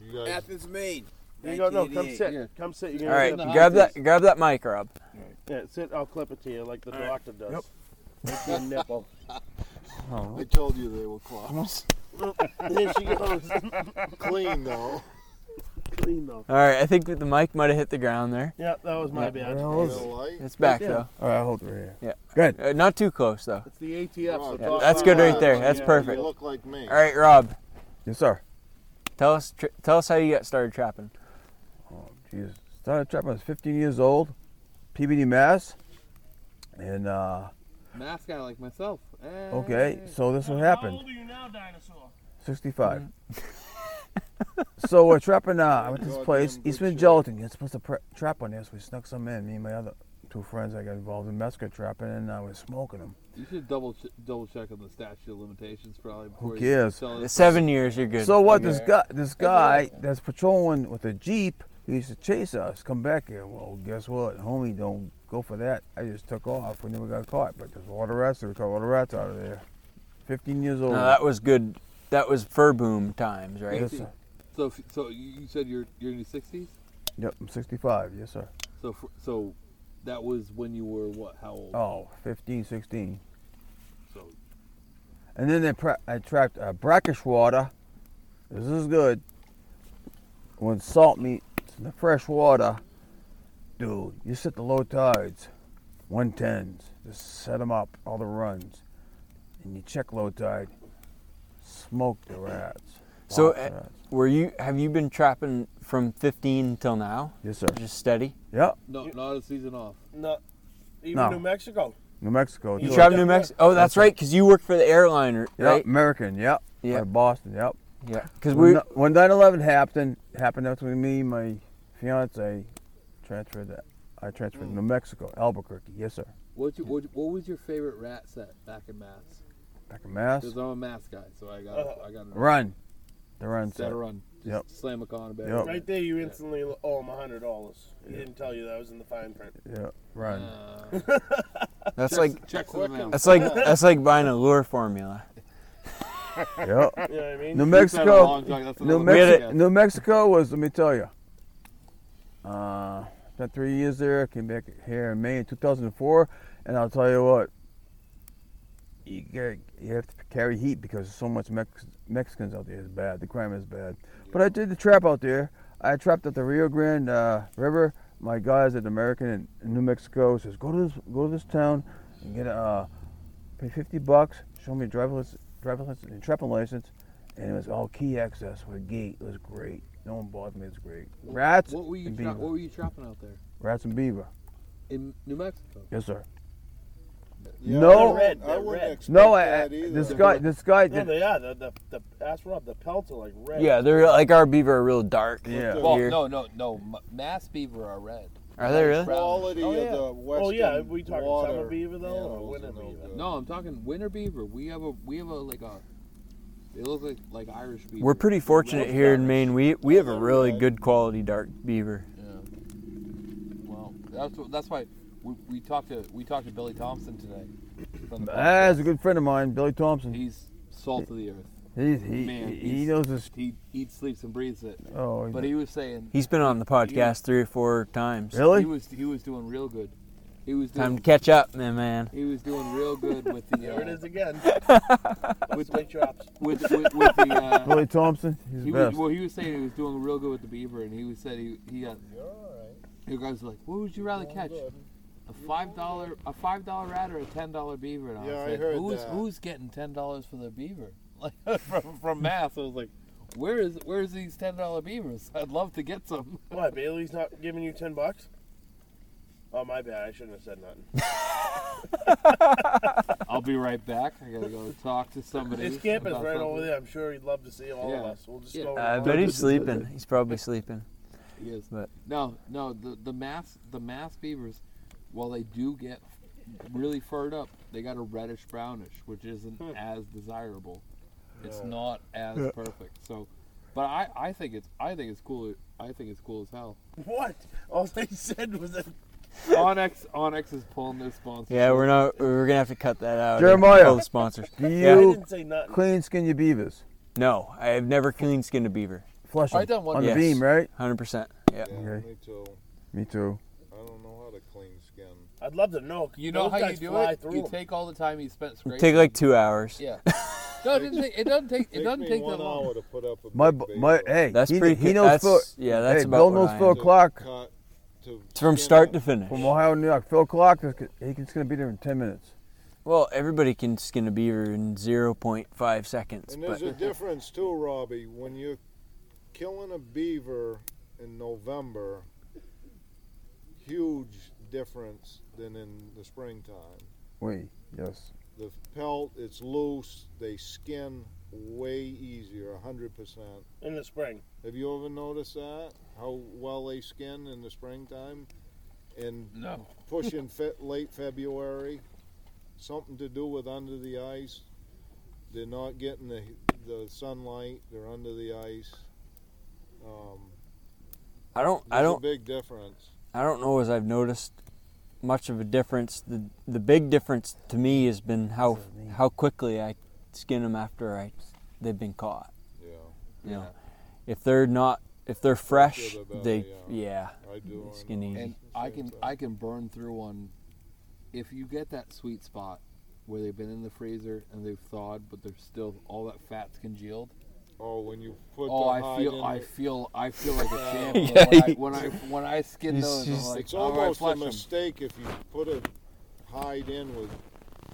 N: You guys-
O: Athens, Maine.
M: Here you go. No, come
O: 1988.
M: sit. Come sit. You're
D: All
M: gonna
D: right,
M: get a-
D: grab that. Grab that mic, Rob.
M: Yeah, sit. I'll clip it to you like the
O: All right.
M: doctor does.
O: Yep.
M: With your nipple.
N: I told you they were claws.
M: there she goes.
N: Clean though.
M: Clean though.
D: All right, I think that the mic might have hit the ground there.
M: Yeah, that was my
D: Yeah.
M: bad.
D: It's back
M: Yeah.
D: though.
O: All right, hold it right here.
D: Yeah.
O: Good.
D: Uh, not too close though.
M: It's the ATF. so
D: Yeah,
M: talk
D: that's
M: about
D: good right
M: that.
D: there. That's
M: Yeah,
D: perfect.
M: you
N: look like me.
D: All right, Rob.
O: Yes, sir.
D: Tell us. Tr- tell us how you got started trapping.
O: Jesus. Started trapping. I was 15 years old, PBD Mass, and uh,
L: Math guy like myself. Eh.
O: okay, so this what happened.
M: are you now, dinosaur?
O: 65. so we're trapping. Uh, I'm at this
M: Goddamn
O: place,
M: good
O: Eastman Gelatin. You're supposed to pre- trap on this. We snuck some in. Me and my other two friends, I got involved in Mesker trapping, and I was smoking them.
L: You should double ch- double check on the statute of limitations probably. Before
O: Who
L: you
O: cares?
L: sell it.
O: So what? This
L: Okay.
O: guy, this guy that's patrolling with a jeep, he used to chase us. Come back here. Well, guess what, homie? Don't go for that. I just took off. We never got caught. But there's a lot of rats. there. We caught a lot of rats out of there. 15 years old.
D: No, that was good. That was fur boom times, right?
O: Yes, sir.
L: So if, so you you said you're you're in your 60s.
O: Yep, I'm 65. Yes, sir.
L: So fr- so that was when you were what? How old?
O: Oh, 15, 16.
L: So-
O: And then they pra- I trapped uh, brackish water. This is good. When salt meat in the fresh water, dude, you set the low tides, 110s, just set them up, all the runs, and you check low tide, smoke the rats.
D: So,
O: Lots of
D: uh,
O: rats.
D: were you? Have you been trapping from 15 till now?
O: Yes, sir.
D: Just steady.
O: Yep.
L: No, not a season off.
M: No, even
O: No.
M: New Mexico.
O: New Mexico.
D: You
O: too.
D: trapped New Mexico. Oh, that's
O: it.
D: right, because you work for the airliner,
O: Yep,
D: right?
O: American. Yep. Yeah. Boston. Yep.
D: Yeah, 'cause
O: When
D: we-
O: no- when 9/11 happened, happened that's when me, and my fiance, transferred. to- I transferred to New Mexico, Albuquerque. Yes, sir.
L: What you, what, what was your favorite rat set back in maths?
O: Back in Mass.
L: Because I'm a math guy, so I got I got
O: Run. The run.
L: Set
O: set.
L: a run. Just
O: Yep.
L: slam a con about
O: Yep.
M: Right there, you instantly owe him a hundred dollars. He didn't tell you that was in the fine print.
O: Yeah. Run.
D: That's
M: Checks-
D: like
M: checks in the mail.
D: that's like that's like buying a lure formula.
O: Yep. New Mexico. New, Mexi- New Mexico was. Let me tell you. Uh, spent three years there. Came back here in May in 2004, and I'll tell you what. You get, you have to carry heat because there's so much Mex- Mexicans out there is bad. The crime is bad. But I did the trap out there. I trapped at the Rio Grande uh, River. My guys at American in New Mexico says, go to this, go to this town, and get a. Uh, pay 50 bucks, show me a driverless, driverless and trapping license, and it was all key access with a gate. It was great. No one bothered me. It was great. Rats
L: What were you
O: and
L: tra-
O: beaver.
L: What were you trapping out there
O: Rats and beaver.
L: in New Mexico?
O: Yes, sir.
M: Yeah,
O: no,
M: they're red, they're I wouldn't red. expect
O: no, I,
M: that
O: I-
M: either.
O: this guy, this guy
M: No,
O: did.
M: they are. The, the, the, ask Rob, the pelts are like red.
D: Yeah, they're like our beaver are real dark.
L: Well,
D: Here.
L: no, no, no. M- Mass beaver are red.
D: Are they really?
N: Quality
L: Oh, yeah.
N: of the western
M: oh, yeah, we talking
N: water.
M: summer beaver, though, or
N: animals
M: winter
N: are no
M: beaver?
N: good.
L: No, I'm talking winter beaver. We have a we have a like a. They look like like Irish beaver.
D: We're pretty fortunate
L: Red
D: here in
L: beaver.
D: Maine. We we have a really good quality dark beaver.
L: That's what, that's why we, we talked to we talked to Billy Thompson today. From the
O: Ah, he's a good friend of mine, Billy Thompson.
L: He's salt of the earth.
O: He's, he,
L: Man,
O: he,
L: he's-
O: knows his.
L: He eats, sleeps, and breathes it.
O: Oh,
L: but he was saying
D: He's been on the podcast three or four times.
L: He was he was doing real good. He was doing,
D: Time to catch up, man, man.
L: He was doing real good with the. Uh,
M: There it is again.
L: with
M: the drops.
L: With, with, with the. Uh,
O: Billy Thompson, he's
L: he
O: the best.
L: Was, well, he was saying he was doing real good with the beaver, and he was said he he got. You're all right. The guys were like, "What would you rather catch? A five dollar a five dollar rat or a ten dollar beaver?" And I
N: Yeah,
L: was
N: I
L: like,
N: heard
L: "Who's
N: that.
L: who's getting ten dollars for the beaver?" Like from, from math, I was like, "Where is where's these ten dollar beavers? I'd love to get some."
M: What, Bailey's not giving you 10 bucks? Oh, my bad. I shouldn't have said nothing.
L: I'll be right back. I gotta go talk to somebody.
M: His camp is
L: about
M: right
L: something.
M: over there. I'm sure he'd love to see all of
L: Yeah.
M: us. We'll just
L: Yeah.
M: go.
D: I
M: around.
D: bet he's sleeping. He's probably sleeping.
L: He is.
D: But
L: No, no, the the mass the mass beavers, while they do get really furred up, they got a reddish brownish, which isn't as desirable. It's
M: Hmm. Yeah.
L: not as
M: Yeah.
L: perfect. So, but I, I think it's I think it's cool. I think it's cool as hell.
M: What? All they said was that.
L: Onyx Onyx is pulling their sponsor.
D: yeah, we're not. We're gonna have to cut that out.
O: Jeremiah,
D: All the sponsors.
O: Do
D: Yeah.
O: you clean skin your beavers?
D: No, I have never clean skinned a beaver.
O: Flush 'em. I done one On the time. beam, right?
D: Hundred percent. Yeah.
N: Me too.
O: Me too.
N: I don't know how to clean skin.
M: I'd love to know.
L: You know
M: Those
L: how you
M: guys
L: do
M: fly
L: it?
M: through
L: You
M: 'em.
L: take all the time you spent scraping.
D: Take like two hours.
L: Yeah. No, it doesn't take. It doesn't take. It
N: Takes
L: doesn't
N: me
L: take
N: one
L: that long.
N: hour to put up a
O: My
N: big
O: bu-
N: baby.
O: my hey,
D: That's
O: he,
D: pretty
O: he
D: good.
O: knows
D: That's-
O: Phil.
D: yeah, that's
O: hey,
D: about
O: Bill
D: what
O: knows
D: I
O: Phil
D: am.
O: Clark
N: Cut to
D: It's from start to finish.
O: from Ohio, New York. Phil Clark, is, he's going to be there in ten minutes.
D: Well, everybody can skin a beaver in 0.5 seconds.
N: And there's
D: But
N: a difference too, Robbie. When you're killing a beaver in November, huge difference than in the springtime.
O: Wait, yes.
N: The pelt, it's loose. They skin way easier, hundred percent.
M: In the spring.
N: Have you ever noticed that? How well they skin in the springtime? And
L: No.
N: pushing fe- late February, something to do with under the ice. They're not getting the, the sunlight. They're under the ice. Um,
D: I don't. I
N: there's
D: don't.
N: A big difference.
D: I don't know as I've noticed much of a difference. The the big difference to me has been how how quickly I skin them after I they've been caught.
N: Yeah.
D: You know, if they're not if they're fresh,
L: Feel about
D: they
L: it,
D: yeah,
N: I do.
D: skin easy.
L: And I can I can burn through one if you get that sweet spot where they've been in the freezer and they've thawed, but they're still all that fat's congealed.
N: Oh, when you put
L: oh,
N: the
L: I
N: hide
L: feel
N: in
L: I
N: the-
L: feel I feel like a
N: Yeah.
L: champion when, I, when I when I skin those. I'm like,
N: it's
L: all right,
N: almost a
L: flush 'em."
N: mistake if you put a hide in with,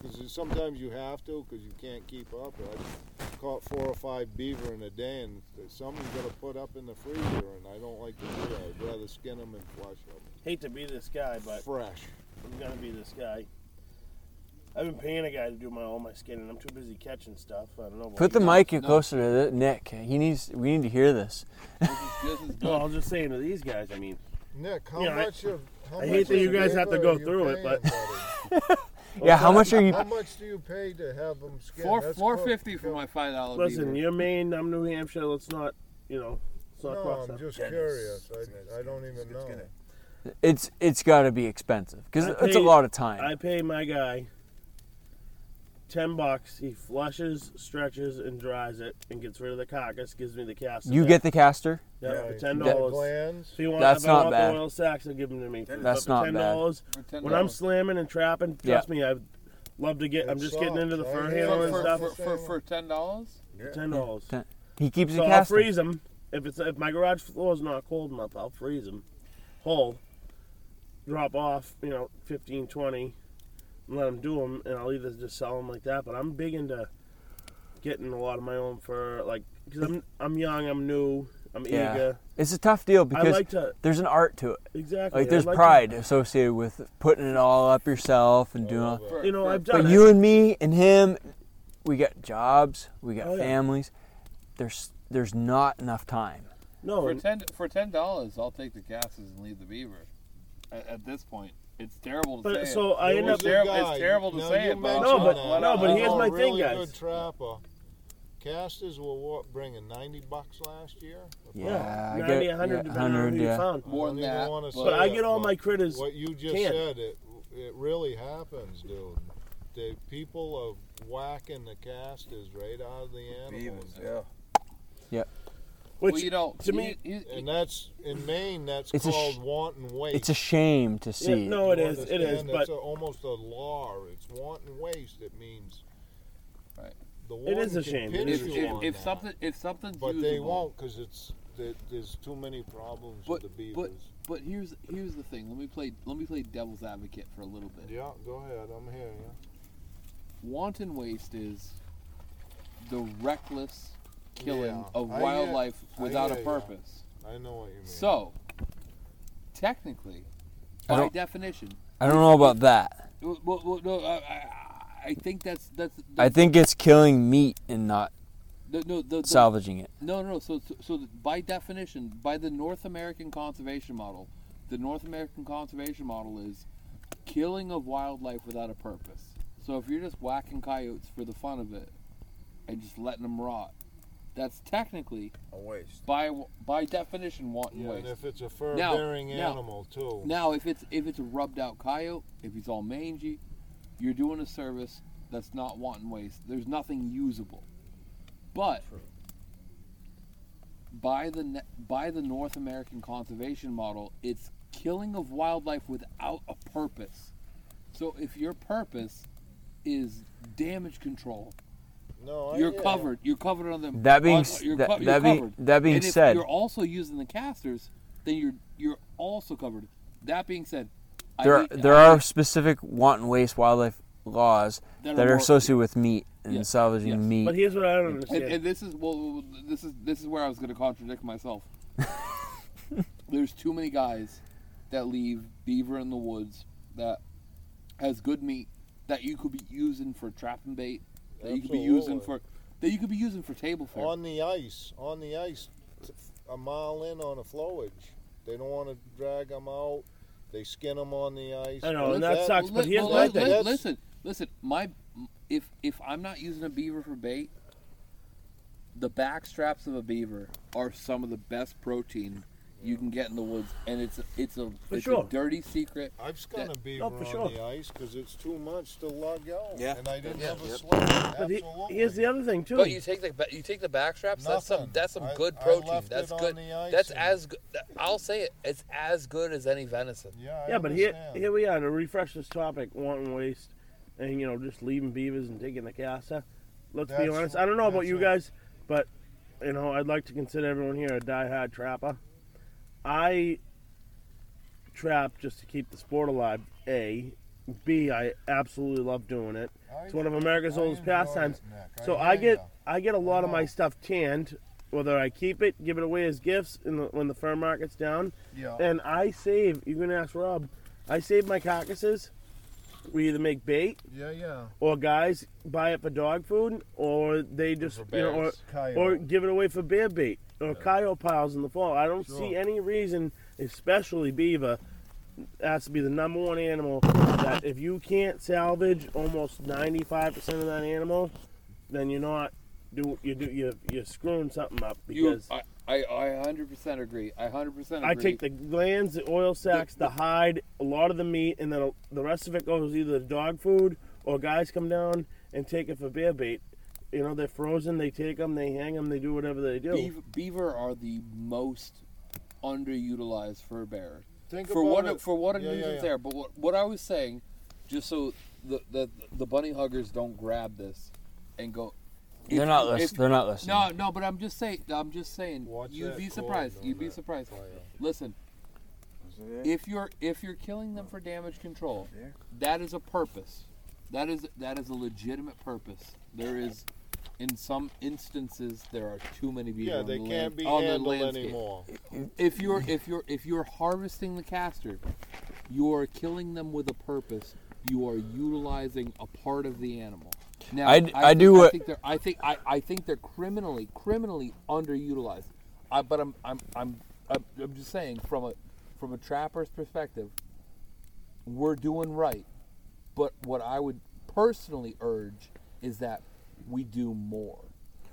N: because sometimes you have to because you can't keep up. I caught four or five beaver in a day, and some you got to put up in the freezer, and I don't like to do that. I'd rather skin them and flush them.
M: Hate to be this guy, but
N: fresh.
M: I'm gonna be this guy. I've been paying a guy to do my all my skin, and I'm too busy catching stuff. I don't know. what
D: Put the
M: he
D: mic
M: does.
D: closer to the, Nick. He needs. We need to hear this.
M: Well, I'm just saying to these guys. I mean,
N: Nick, how
M: You know, I-
N: much of how
M: I
N: much
M: hate that
N: of
M: you guys have to
N: beaver
M: go
N: are you
M: through it,
N: paying,
M: but-
N: buddy?
M: Yeah, how much are you-
N: How much do you pay to have them skinned?
L: Four
N: That's
L: four
N: cool.
L: fifty for my five dollar.
M: Listen, you're Maine. I'm New Hampshire. Let's not, you know, let's not
N: No,
M: cross
N: I'm
M: that
N: just
M: bridge.
N: curious. I, I don't even know.
D: It's it's got to be expensive because
M: I
D: it's a
M: pay-
D: lot of time.
M: I pay my guy ten bucks. He flushes, stretches, and dries it, and gets rid of the carcass. Gives me the cast.
D: You get the caster.
M: Yeah, for
D: Right.
M: ten
D: That-
M: dollars.
D: Glands?
M: If you want,
D: That's
M: if I
D: not
M: want
D: bad.
M: The oil sacks, they'll give them to me.
D: That's
M: But for
D: not
M: ten
D: bad.
M: dollars.
L: For $10.
M: When I'm slamming and trapping,
D: Yeah.
M: trust me, I love to get. I'm just getting into the fur handler and
L: for,
M: stuff.
L: for, for, for ten dollars.
M: Ten dollars.
D: Ten- He keeps
M: so
D: the
M: I'll
D: caster.
M: freeze them. If it's if my garage floor is not cold enough, I'll freeze them whole. Drop off, you know, 15, 20, and let them do them, and I'll either just sell them like that. But I'm big into getting a lot of my own fur, like because I'm I'm young, I'm new, I'm
D: Yeah.
M: eager.
D: It's a tough deal
M: I
D: because
M: like to-
D: there's an art to it.
M: Exactly,
D: Like
M: I
D: there's
M: like to-
D: pride associated with putting it all up yourself and doing all.
M: You know, I've done
D: But
M: it.
D: you and me and him, we got jobs, we got
L: Oh, yeah.
D: families. There's there's not enough time.
M: No,
L: for ten for ten dollars, I'll take the gases and leave the beaver. At, at this point, it's terrible to
M: But
L: say.
M: so
L: it.
M: I end
L: it's
M: up-
L: terrible,
M: Guy,
L: it's terrible to
M: now
L: say
M: you
L: it, but
M: mentioned No, but-
L: I'll-
M: no, but
L: I'll-
M: here's
L: I'll-
M: my
N: really
M: thing, guys.
N: good trapper Casters uh, were what, bringing 90 bucks last year?
J: Yeah, I
M: 90,
J: get-
M: 100,
J: yeah,
M: depending on
J: 100,
M: who you
J: yeah.
M: found.
N: More than that,
M: But I get all my critters.
N: What you just
M: canned.
N: said, it, it really happens, dude. The people are whacking the casters right out of the animals.
O: Yeah.
J: Yep.
M: Which, to me,
N: and that's in Maine. That's
J: It's a sh-
N: called wanton waste.
J: it's a shame to see it.
M: no, it
N: You
M: is, it
N: understand?
M: is,
N: That's
M: but-
N: a- almost a law. It's wanton waste. It means. Right. The
M: It is
N: warden
M: a
N: can
M: shame.
N: pin
M: It is
N: you
M: a shame.
N: on
L: If
N: that.
L: something, if something's
N: but
L: usable,
N: they won't because it's there- there's too many problems
L: But,
N: with the beavers.
L: but but here's here's the thing. Let me play let me play devil's advocate for a little bit.
N: Yeah, go ahead. I'm here. Yeah.
L: Wanton waste is the reckless killing
N: Yeah,
L: of
N: I hear-
L: wildlife
N: I
L: without a
N: hear ya.
L: purpose.
N: I know what you mean.
L: So, technically,
J: I
L: by
J: don't-
L: definition,
J: I don't know about that.
L: well, well, well, no, I, I, I think that's that's.
J: I think it's killing meat and not
L: No, no, the, the-
J: salvaging it.
L: No, no. So, so, so the- by definition, by the North American conservation model, the North American conservation model is killing of wildlife without a purpose. So if you're just whacking coyotes for the fun of it and just letting them rot, that's technically
O: a waste.
L: By by definition, wanton
N: Yeah,
L: waste.
N: and if it's a fur-bearing animal, too.
L: Now, if it's if it's a rubbed out coyote, if he's all mangy, you're doing a service that's not wanton waste. There's nothing usable. But by the ne- by the North American conservation model, it's killing of wildlife without a purpose. So if your purpose is damage control,
N: No, I
L: you're
N: hear ya.
L: covered. You're covered on them.
J: That being
L: on-
J: s-
L: Oh, you're
J: that-
L: co- you're
J: that being-
L: covered.
J: that being
L: And if
J: said-
L: you're also using the casters, then you're you're also covered. That being said,
J: There,
L: I
J: are,
L: hate-
J: there
L: I
J: are
L: hate-
J: specific wanton waste wildlife laws
L: That are
J: that are
L: more-
J: associated with meat and
L: Yes,
J: salvaging
L: yes.
J: meat.
M: But here's what I don't
L: And-
M: understand.
L: And, this is well, this is this is where I was going to contradict myself. There's too many guys that leave beaver in the woods that has good meat that you could be using for trapping bait, that you could be using
N: Absolutely.
L: for that you could be using for table fare.
N: On the ice, on the ice, t- a mile in on a flowage. They don't want to drag them out. They skin them on the ice.
M: I know,
N: But
M: and Oh, that sucks, but here's my
L: li-
M: thing.
L: li-
M: That's-
L: Listen, listen. My if if I'm not using a beaver for bait, the back straps of a beaver are some of the best protein you can get in the woods, and it's it's a
N: For
L: it's
N: sure.
L: a dirty secret.
N: I've skinned
L: that-
N: a beaver on the ice because it's too much to lug out.
L: Yeah.
N: And I didn't
L: Yeah.
N: have a
L: Yep.
N: sled.
M: But he-
N: Absolutely.
M: here's the other thing too.
L: But you take the ba- you take the back straps. That's some
N: Nothing.
L: that's some
N: I-
L: good
N: I
L: protein.
N: left
L: that's
N: it on
L: good.
N: the ice
L: that's
N: and-
L: as good. I'll say it. It's as good as any venison.
N: Yeah.
M: yeah, but here, here we are to refresh this topic: wanton waste, and you know, just leaving beavers and taking the caster. Let's be
L: That's-
M: honest. I don't know about
L: that's
M: you
L: it.
M: guys, but you know, I'd like to consider everyone here a die-hard trapper. I trap just to keep the sport alive. A, B, I absolutely love doing it. It's one of America's oldest pastimes. so I get I get a lot of
L: Uh-huh.
M: my stuff canned, whether I keep it, give it away as gifts, in the, when the fur market's down.
N: Yeah.
M: And I save. You can ask Rob. I save my carcasses. We either make bait,
N: Yeah, yeah.
M: or guys buy it for dog food, or they just you know,
N: bears.
M: or,
N: Coyote.
M: or give it away for bear bait or coyote piles in the fall. I don't see
N: Sure.
M: any reason, especially beaver, has to be the number one animal that if you can't salvage almost ninety five percent of that animal, then you're not do you do you you're screwing something up
L: You,
M: because
L: I, I, I 100% agree. I 100% agree.
M: I take the glands, the oil sacs, the hide, a lot of the meat, and then the rest of it goes either to dog food or guys come down and take it for bear bait. You know, they're frozen, they take them, they hang them, they do whatever they do.
L: Beaver, beaver are the most underutilized fur bearer.
N: Think
L: for
N: about
L: what
N: it.
L: for what a
N: Yeah, yeah,
L: nuisance
N: yeah.
L: they are. But what, what I was saying, just so the, the the bunny huggers don't grab this and go.
J: They're not lis- they're not listening.
L: No, no. But I'm just saying. I'm just saying. you'd
N: that
L: be
N: cord
L: surprised.
N: on
L: You'd be
N: that
L: surprised.
N: fire.
L: Listen.
N: it?
L: If you're if you're killing them for damage control, that is a purpose. That is that is a legitimate purpose. There is, in some instances, there are too many beaver.
N: Yeah,
L: on
N: they
L: the
N: can't
L: land-
N: be
L: on the
N: handled
L: landscape.
N: anymore.
L: If you're if you're if you're harvesting the caster, you're killing them with a purpose. You are utilizing a part of the animal. Now,
J: I
L: I,
J: d- I
L: think-
J: do uh,
L: I
J: what-
L: think they're. I think I, I think they're criminally criminally underutilized. I, but I'm I'm I'm I'm, I'm just saying from a from a trapper's perspective, we're doing right. But what I would personally urge is that we do more.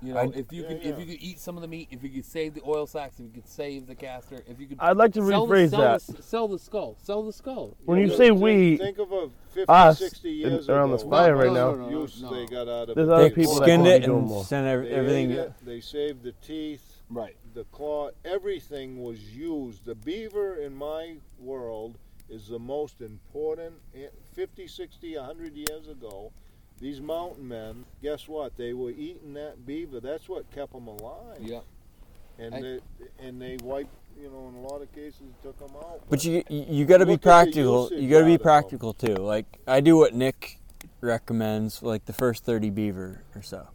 L: You know, if you could, if you could eat some of the meat, if you could save the oil sacks, if you could save the caster, if you could.
M: I'd like to
L: sell the-
M: rephrase
L: sell
M: that.
L: The, sell the skull. Sell the skull.
M: When you say we,
N: think of a 50,
M: us
N: 60
M: in-
N: years
M: around
N: ago,
M: this fire right now.
N: no, no, no, use they got out of
M: There's
N: it.
M: other
N: They
M: people that
D: skinned
M: wanna
D: it
M: be doing
D: and
M: more.
D: sent ev-
N: They
D: everything.
N: ate it, they saved the teeth.
L: Right.
N: The claw. Everything was used. The beaver in my world is the most important. eh, 50, 60, 100 years ago, these mountain men, guess what? They were eating that beaver. That's what kept them alive.
L: Yeah.
N: And,
L: I-
N: they, and they wiped, you know, in a lot of cases, took them out.
D: But you you, you got to be
N: Look at the
D: practical.
N: usage
D: You got to
N: out
D: be
N: of 'em.
D: practical too. Like I do what Nick recommends, like the first thirty beaver or so.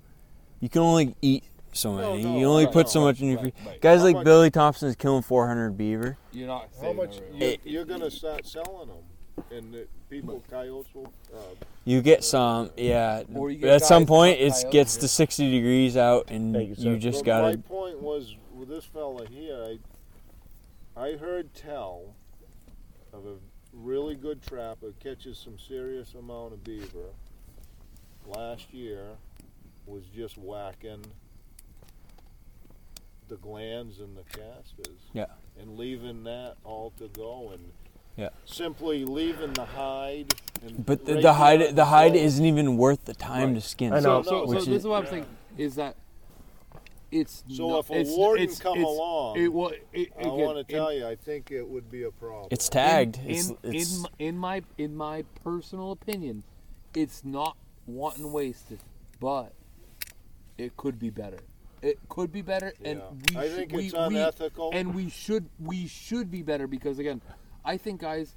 D: You can only eat so many. you only
N: right,
D: put
N: no,
D: so much in your
N: right,
D: fre-
N: right.
D: guys.
N: How
D: like
N: much-
D: Billy Thompson is killing four hundred beaver.
L: You're not
N: How
L: saving
N: much
L: the real-
N: you, you're gonna start selling them, and the people, coyotes will. Uh,
D: You get some, yeah.
N: Or you
D: but
N: get
D: at some
N: guys
D: point,
N: that
D: it
N: coyote
D: gets
N: it.
D: to sixty degrees out, and you, just
N: but
D: gotta.
N: My point was with this fella here. I, I heard tell of a really good trapper catches some serious amount of beaver. Last year, was just whacking the glands and the casters.
D: Yeah.
N: And leaving that all to go and.
D: Yeah.
N: Simply leaving the hide. And
D: But the,
N: raking
D: the hide,
N: up
D: the hide
N: clothes.
D: isn't even worth the time to skin.
L: So, so, so
D: which
L: this is what I'm saying is that it's
N: So
L: not-
N: if a
L: it's-
N: warden
L: it's-
N: come
L: it's-
N: along,
L: it wa- it-
N: I
L: again,
N: want to
L: in-
N: tell you, I think it would be a problem.
D: It's tagged.
L: In,
D: It's-
L: in,
D: it's-
L: in, my- in my in my personal opinion, it's not wanton wasted, but it could be better. It could be better, and
N: Yeah.
L: we
N: I
L: should,
N: think
L: we,
N: it's
L: we-
N: unethical.
L: and we should we should be better because again, I think guys,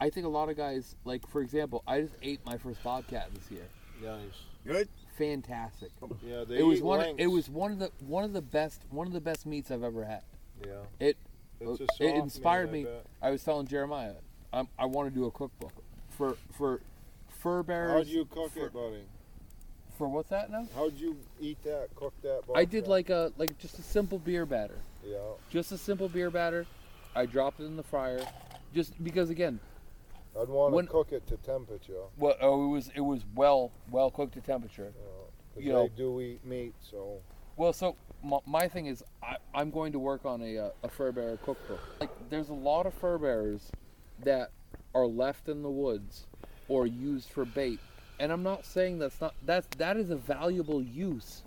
L: I think a lot of guys like for example, I just ate my first bobcat this year.
N: Nice.
L: Good. Fantastic.
N: Yeah, they
L: it was
N: eat
L: one.
N: links.
L: It was one of the one of the best one of the best meats I've ever had.
N: Yeah.
L: It
N: It's a soft
L: it inspired
N: meat, I
L: me.
N: bet.
L: I, was telling Jeremiah, i I want to do a cookbook for for fur bearers.
N: How'd you cook
L: for,
N: it, buddy?
L: For what's that now?
N: How'd you eat that? Cook that?
L: I did
N: bobcat?
L: like a like just a simple beer batter.
N: Yeah.
L: Just a simple beer batter. I dropped it in the fryer, just because again,
N: I'd want
L: when-
N: to cook it to temperature.
L: well, oh, it was it was well well cooked to temperature.
N: 'cause
L: you
N: they
L: know,
N: do eat meat, so
L: Well, so my, my thing is, I, I'm going to work on a, uh, a fur bearer cookbook. Like, there's a lot of fur bearers that are left in the woods or used for bait, and I'm not saying that's not that's that is a valuable use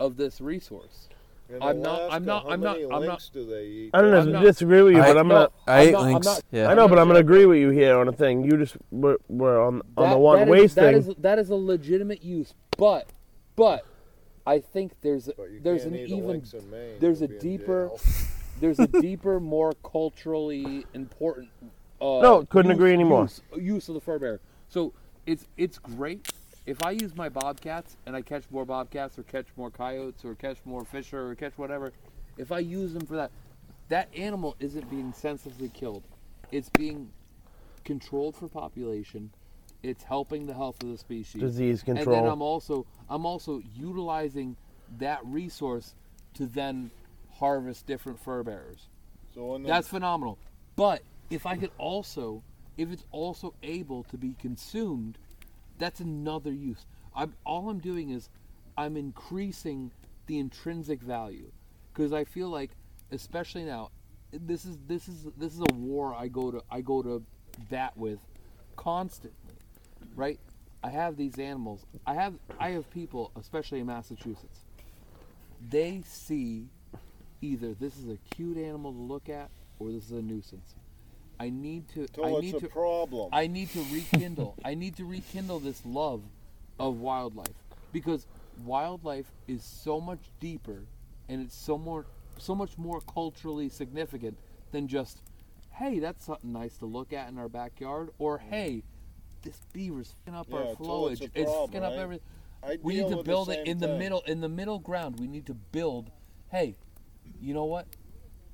L: of this resource.
N: In
L: I'm not.
N: Alaska,
L: I'm not.
N: how
L: I'm not.
N: many
L: I'm not.
N: lynx do they eat?
M: I don't know
L: I'm
M: if I
L: not-
M: disagree with you, but I'm
L: no,
M: gonna.
L: I'm not- I'm not-
M: I know, but I'm gonna agree with you here on a thing. You just we're, we're on on the one
L: that
M: waste
L: is, that
M: thing.
L: is- that is a legitimate use, but but I think there's a, there's
N: can't
L: an
N: eat a
L: even
N: lynx in Maine,
L: there's a
N: you'll be in
L: deeper
N: jail.
L: there's a deeper, more culturally important. Uh,
M: No, couldn't
L: use-
M: agree anymore.
L: Use, use of the fur bear. So it's it's great. If I use my bobcats and I catch more bobcats or catch more coyotes or catch more fisher or catch whatever, if I use them for that, that animal isn't being senselessly killed. It's being controlled for population. It's helping the health of the species.
M: Disease
L: And
M: control.
L: then I'm also I'm also utilizing that resource to then harvest different fur bearers.
N: So in the-
L: That's phenomenal. But if I could also, if it's also able to be consumed, that's another use. I'm all I'm doing is I'm increasing the intrinsic value because I feel like, especially now, this is this is this is a war I go to I go to bat with constantly, right? I have these animals. I have I have people, especially in Massachusetts, they see either this is a cute animal to look at or this is a nuisance. I need to.
N: So
L: I
N: it's
L: need
N: a
L: to,
N: problem.
L: I need to rekindle. I need to rekindle this love of wildlife because wildlife is so much deeper and it's so more, so much more culturally significant than just, hey, that's something nice to look at in our backyard, or hey, this beaver's fing up our
N: Yeah, so
L: flowage.
N: it's a
L: fing up
N: problem, right?
L: everything.
N: I
L: we
N: deal
L: need to
N: with the
L: build it
N: same
L: in the
N: thing.
L: middle in the middle ground. We need to build, hey, you know what?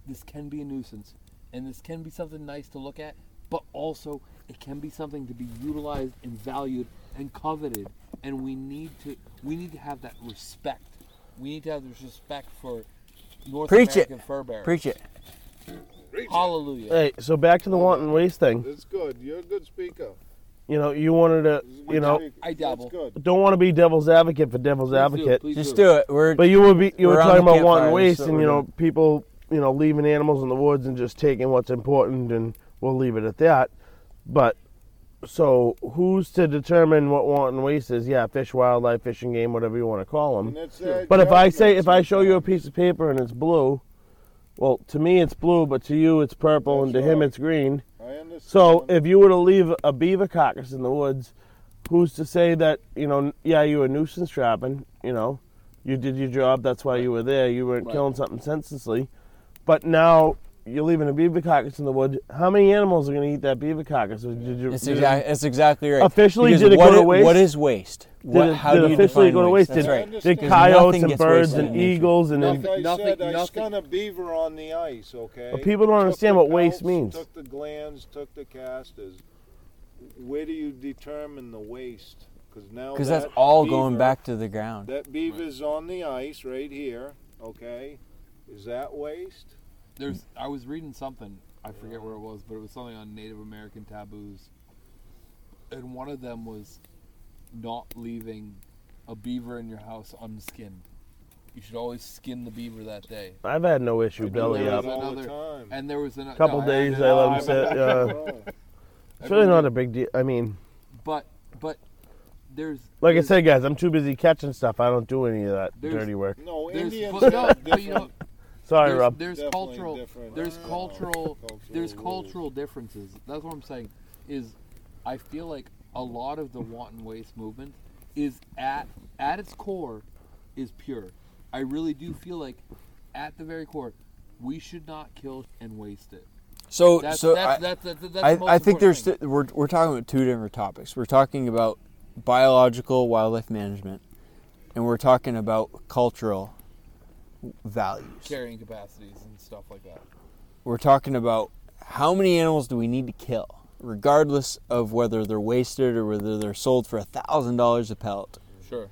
L: This can be a nuisance and this can be something nice to look at, but also it can be something to be utilized and valued and coveted. And we need to we need to have that respect. We need to have this respect for North
D: Preach it.
L: American fur bearers.
D: Preach it.
L: Hallelujah.
M: Hey, so back to the wanton waste thing.
N: it's good. You're a good speaker.
M: You know, you wanted to, you know,
L: I dabble.
M: don't want to be devil's advocate for devil's advocate.
D: please Just do. do it. We're-
M: but you were be, you were
D: we're on
M: talking
D: the
M: about
D: campfire,
M: wanting waste,
D: that's what
M: and you
D: we're
M: know,
D: doing.
M: people, you know, leaving animals in the woods and just taking what's important, and we'll leave it at that. But so, who's to determine what wanton waste is? Yeah, fish, wildlife, fishing game, whatever you want to call them.
N: that's that
M: but if I
N: judgment
M: say if I show you a piece of paper and it's blue, well, to me it's blue, but to you it's purple, and to him it's green.
N: I understand.
M: So if you were to leave a beaver carcass in the woods, who's to say that you know? Yeah, you were nuisance trapping. You know, you did your job. That's why you were there. You weren't
L: Right.
M: killing something senselessly. But now you're leaving a beaver carcass in the woods. How many animals are going to eat that beaver carcass? Did you,
D: It's,
M: did it-
D: exact, it's exactly right.
M: Officially,
D: Because
M: did it
D: what
M: go to
D: i-
M: waste?
D: What is waste?
M: Did
D: What,
M: it-
D: how
M: did
D: do you
M: officially
D: define
M: go to waste?
D: waste?
M: Did,
D: That's right.
M: did
D: Because
M: coyotes
D: nothing
M: and
D: gets
M: birds
D: wasted in
M: and
D: nature.
M: eagles and
N: Like I said, I skun a beaver on the ice, okay?
M: But people don't
N: Took
M: understand
N: the
M: what waste
N: pelts,
M: means.
N: Took the glands, took the casters. Where do you determine the waste? Because now
D: Because that's
N: that
D: all going
N: beaver-
D: back to the ground.
N: That beaver's on the ice right here, okay? Is that waste?
L: There's. I was reading something. I forget where it was, but it was something on Native American taboos. And one of them was not leaving a beaver in your house unskinned. You should always skin the beaver that day.
M: I've had no issue
L: And
M: belly
L: there
M: up.
L: was another- and there was another
M: couple days uh, I let him sit. Yeah. It's really not a big deal. I mean,
L: But but there's
M: like I said, guys, I'm too busy catching stuff. I don't do any of that
L: There's-
M: dirty work.
N: No,
L: There's-
N: Indians
L: but
N: are
L: no, but you know,
N: different.
M: Sorry,
L: there's,
M: Rob.
L: There's
N: Definitely
L: cultural,
N: different.
L: there's
N: No, no,
L: cultural,
N: cultural
L: there's
N: rules.
L: cultural differences. That's what I'm saying. Is I feel like a lot of the wanton waste movement is at at its core is pure. I really do feel like at the very core, we should not kill and waste it.
D: So,
L: that's,
D: so
L: that's,
D: I,
L: that's, that's, that's,
D: I,
L: the most
D: I think
L: important
D: there's
L: thing.
D: th- we're we're talking about two different topics. We're talking about biological wildlife management, and we're talking about cultural value.
L: carrying capacities and stuff like that.
D: We're talking about how many animals do we need to kill, regardless of whether they're wasted or whether they're sold for a thousand dollars a pellet.
L: Sure.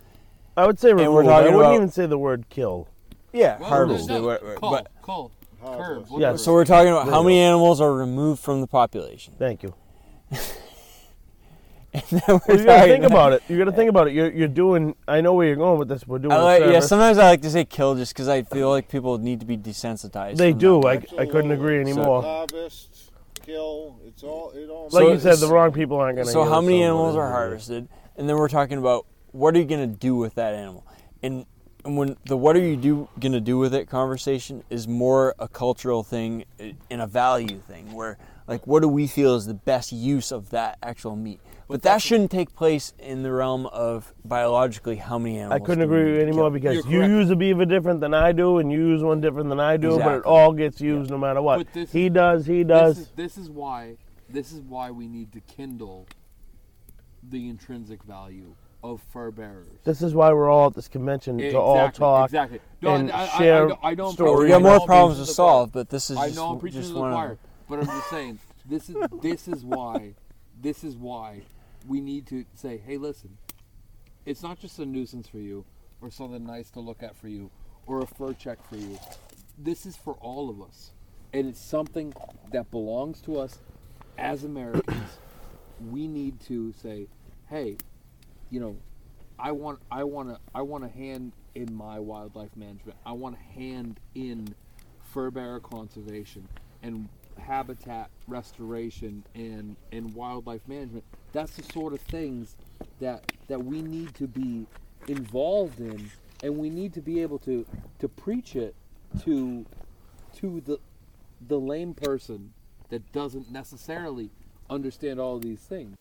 M: I would say
D: And we're
M: remove. I
D: talking
M: wouldn't
D: about-
M: even say the word kill.
D: Yeah,
M: Well,
D: harvest.
M: no,
D: or whatever,
M: call,
D: but-
L: Call, curve.
M: Yeah,
D: So we're talking about how
M: There
D: many
M: you
D: animals are removed from the population.
M: Thank you.
D: Well,
M: you gotta think about it. You gotta think about it. You're, you're doing. I know where you're going with this. We're doing.
D: I
M: a
D: like, yeah,
M: service.
D: sometimes I like to say kill just because I feel like people need to be desensitized.
M: They
D: from
M: do.
D: that.
M: I, I couldn't agree anymore.
L: uh,
N: Harvest, kill, it's all, it all.
M: Like you said, the wrong people aren't gonna
D: So
M: heal
D: how many
M: someone
D: animals
M: in
D: are
M: the
D: harvested, and then we're talking about what are you gonna do with that animal, and and when the what are you do gonna do with it conversation is more a cultural thing uh, and a value thing where like what do we feel is the best use of that actual meat. But that shouldn't take place in the realm of biologically how many animals.
M: I couldn't
D: do we need
M: agree with you
D: to
M: anymore
D: kill.
M: because you use a beaver different than I do, and you use one different than I do, but it
D: Exactly.
M: all gets used no matter what.
L: But this-
M: he does, he does.
L: This is, this is why. This is why we need to kindle the intrinsic value of fur bearers.
M: This is why we're all at this convention to all
L: Exactly,
M: talk
L: exactly. No,
M: and
L: I- I- I
M: share
L: know- I know I'm
M: stories.
D: We got more problems to solve, but this is
L: I
D: just,
L: know I'm preaching
D: just
L: to the
D: one of them.
L: choir, but I'm just saying this is this is why this is why we need to say, hey, listen, it's not just a nuisance for you, or something nice to look at for you, or a fur check for you. This is for all of us, and it's something that belongs to us as Americans. we need to say, hey, you know, I want I want to I want a hand in my wildlife management. I want a hand in fur bearer conservation and habitat restoration and and wildlife management. That's the sort of things that that we need to be involved in and we need to be able to to preach it to to the the lame person that doesn't necessarily understand all of these things.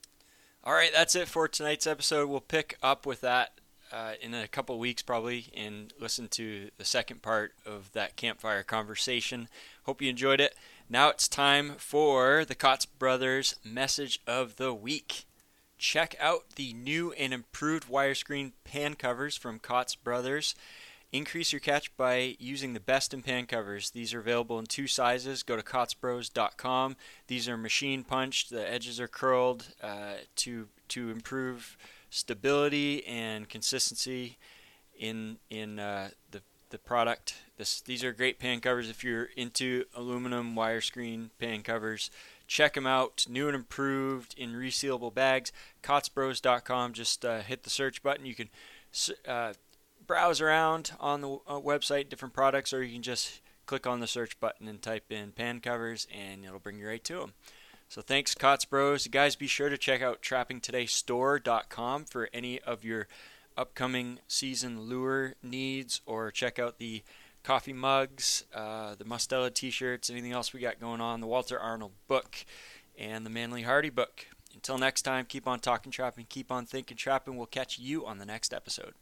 J: All right, that's it for tonight's episode. We'll pick up with that uh, in a couple weeks, probably, and listen to the second part of that campfire conversation. Hope you enjoyed it. Now it's time for the Kotz Brothers message of the week. Check out the new and improved Wirescreen pan covers from Kotz Brothers. Increase your catch by using the best in pan covers. These are available in two sizes. Go to kotzbros.com. These are machine punched. The edges are curled uh, to to improve stability and consistency in in uh, the the product. This these are great pan covers if you're into aluminum wire screen pan covers. Check them out. New and improved in resealable bags. Cotsbros.com. Just uh, hit the search button. You can uh, browse around on the uh, website, different products, or you can just click on the search button and type in pan covers, and it'll bring you right to them. So thanks, Cots Bros. Guys, be sure to check out trappingtodaystore.com for any of your upcoming season lure needs, or check out the coffee mugs, uh, the Mustela t-shirts, anything else we got going on, the Walter Arnold book, and the Manly Hardy book. Until next time, keep on talking trapping, keep on thinking trapping. We'll catch you on the next episode.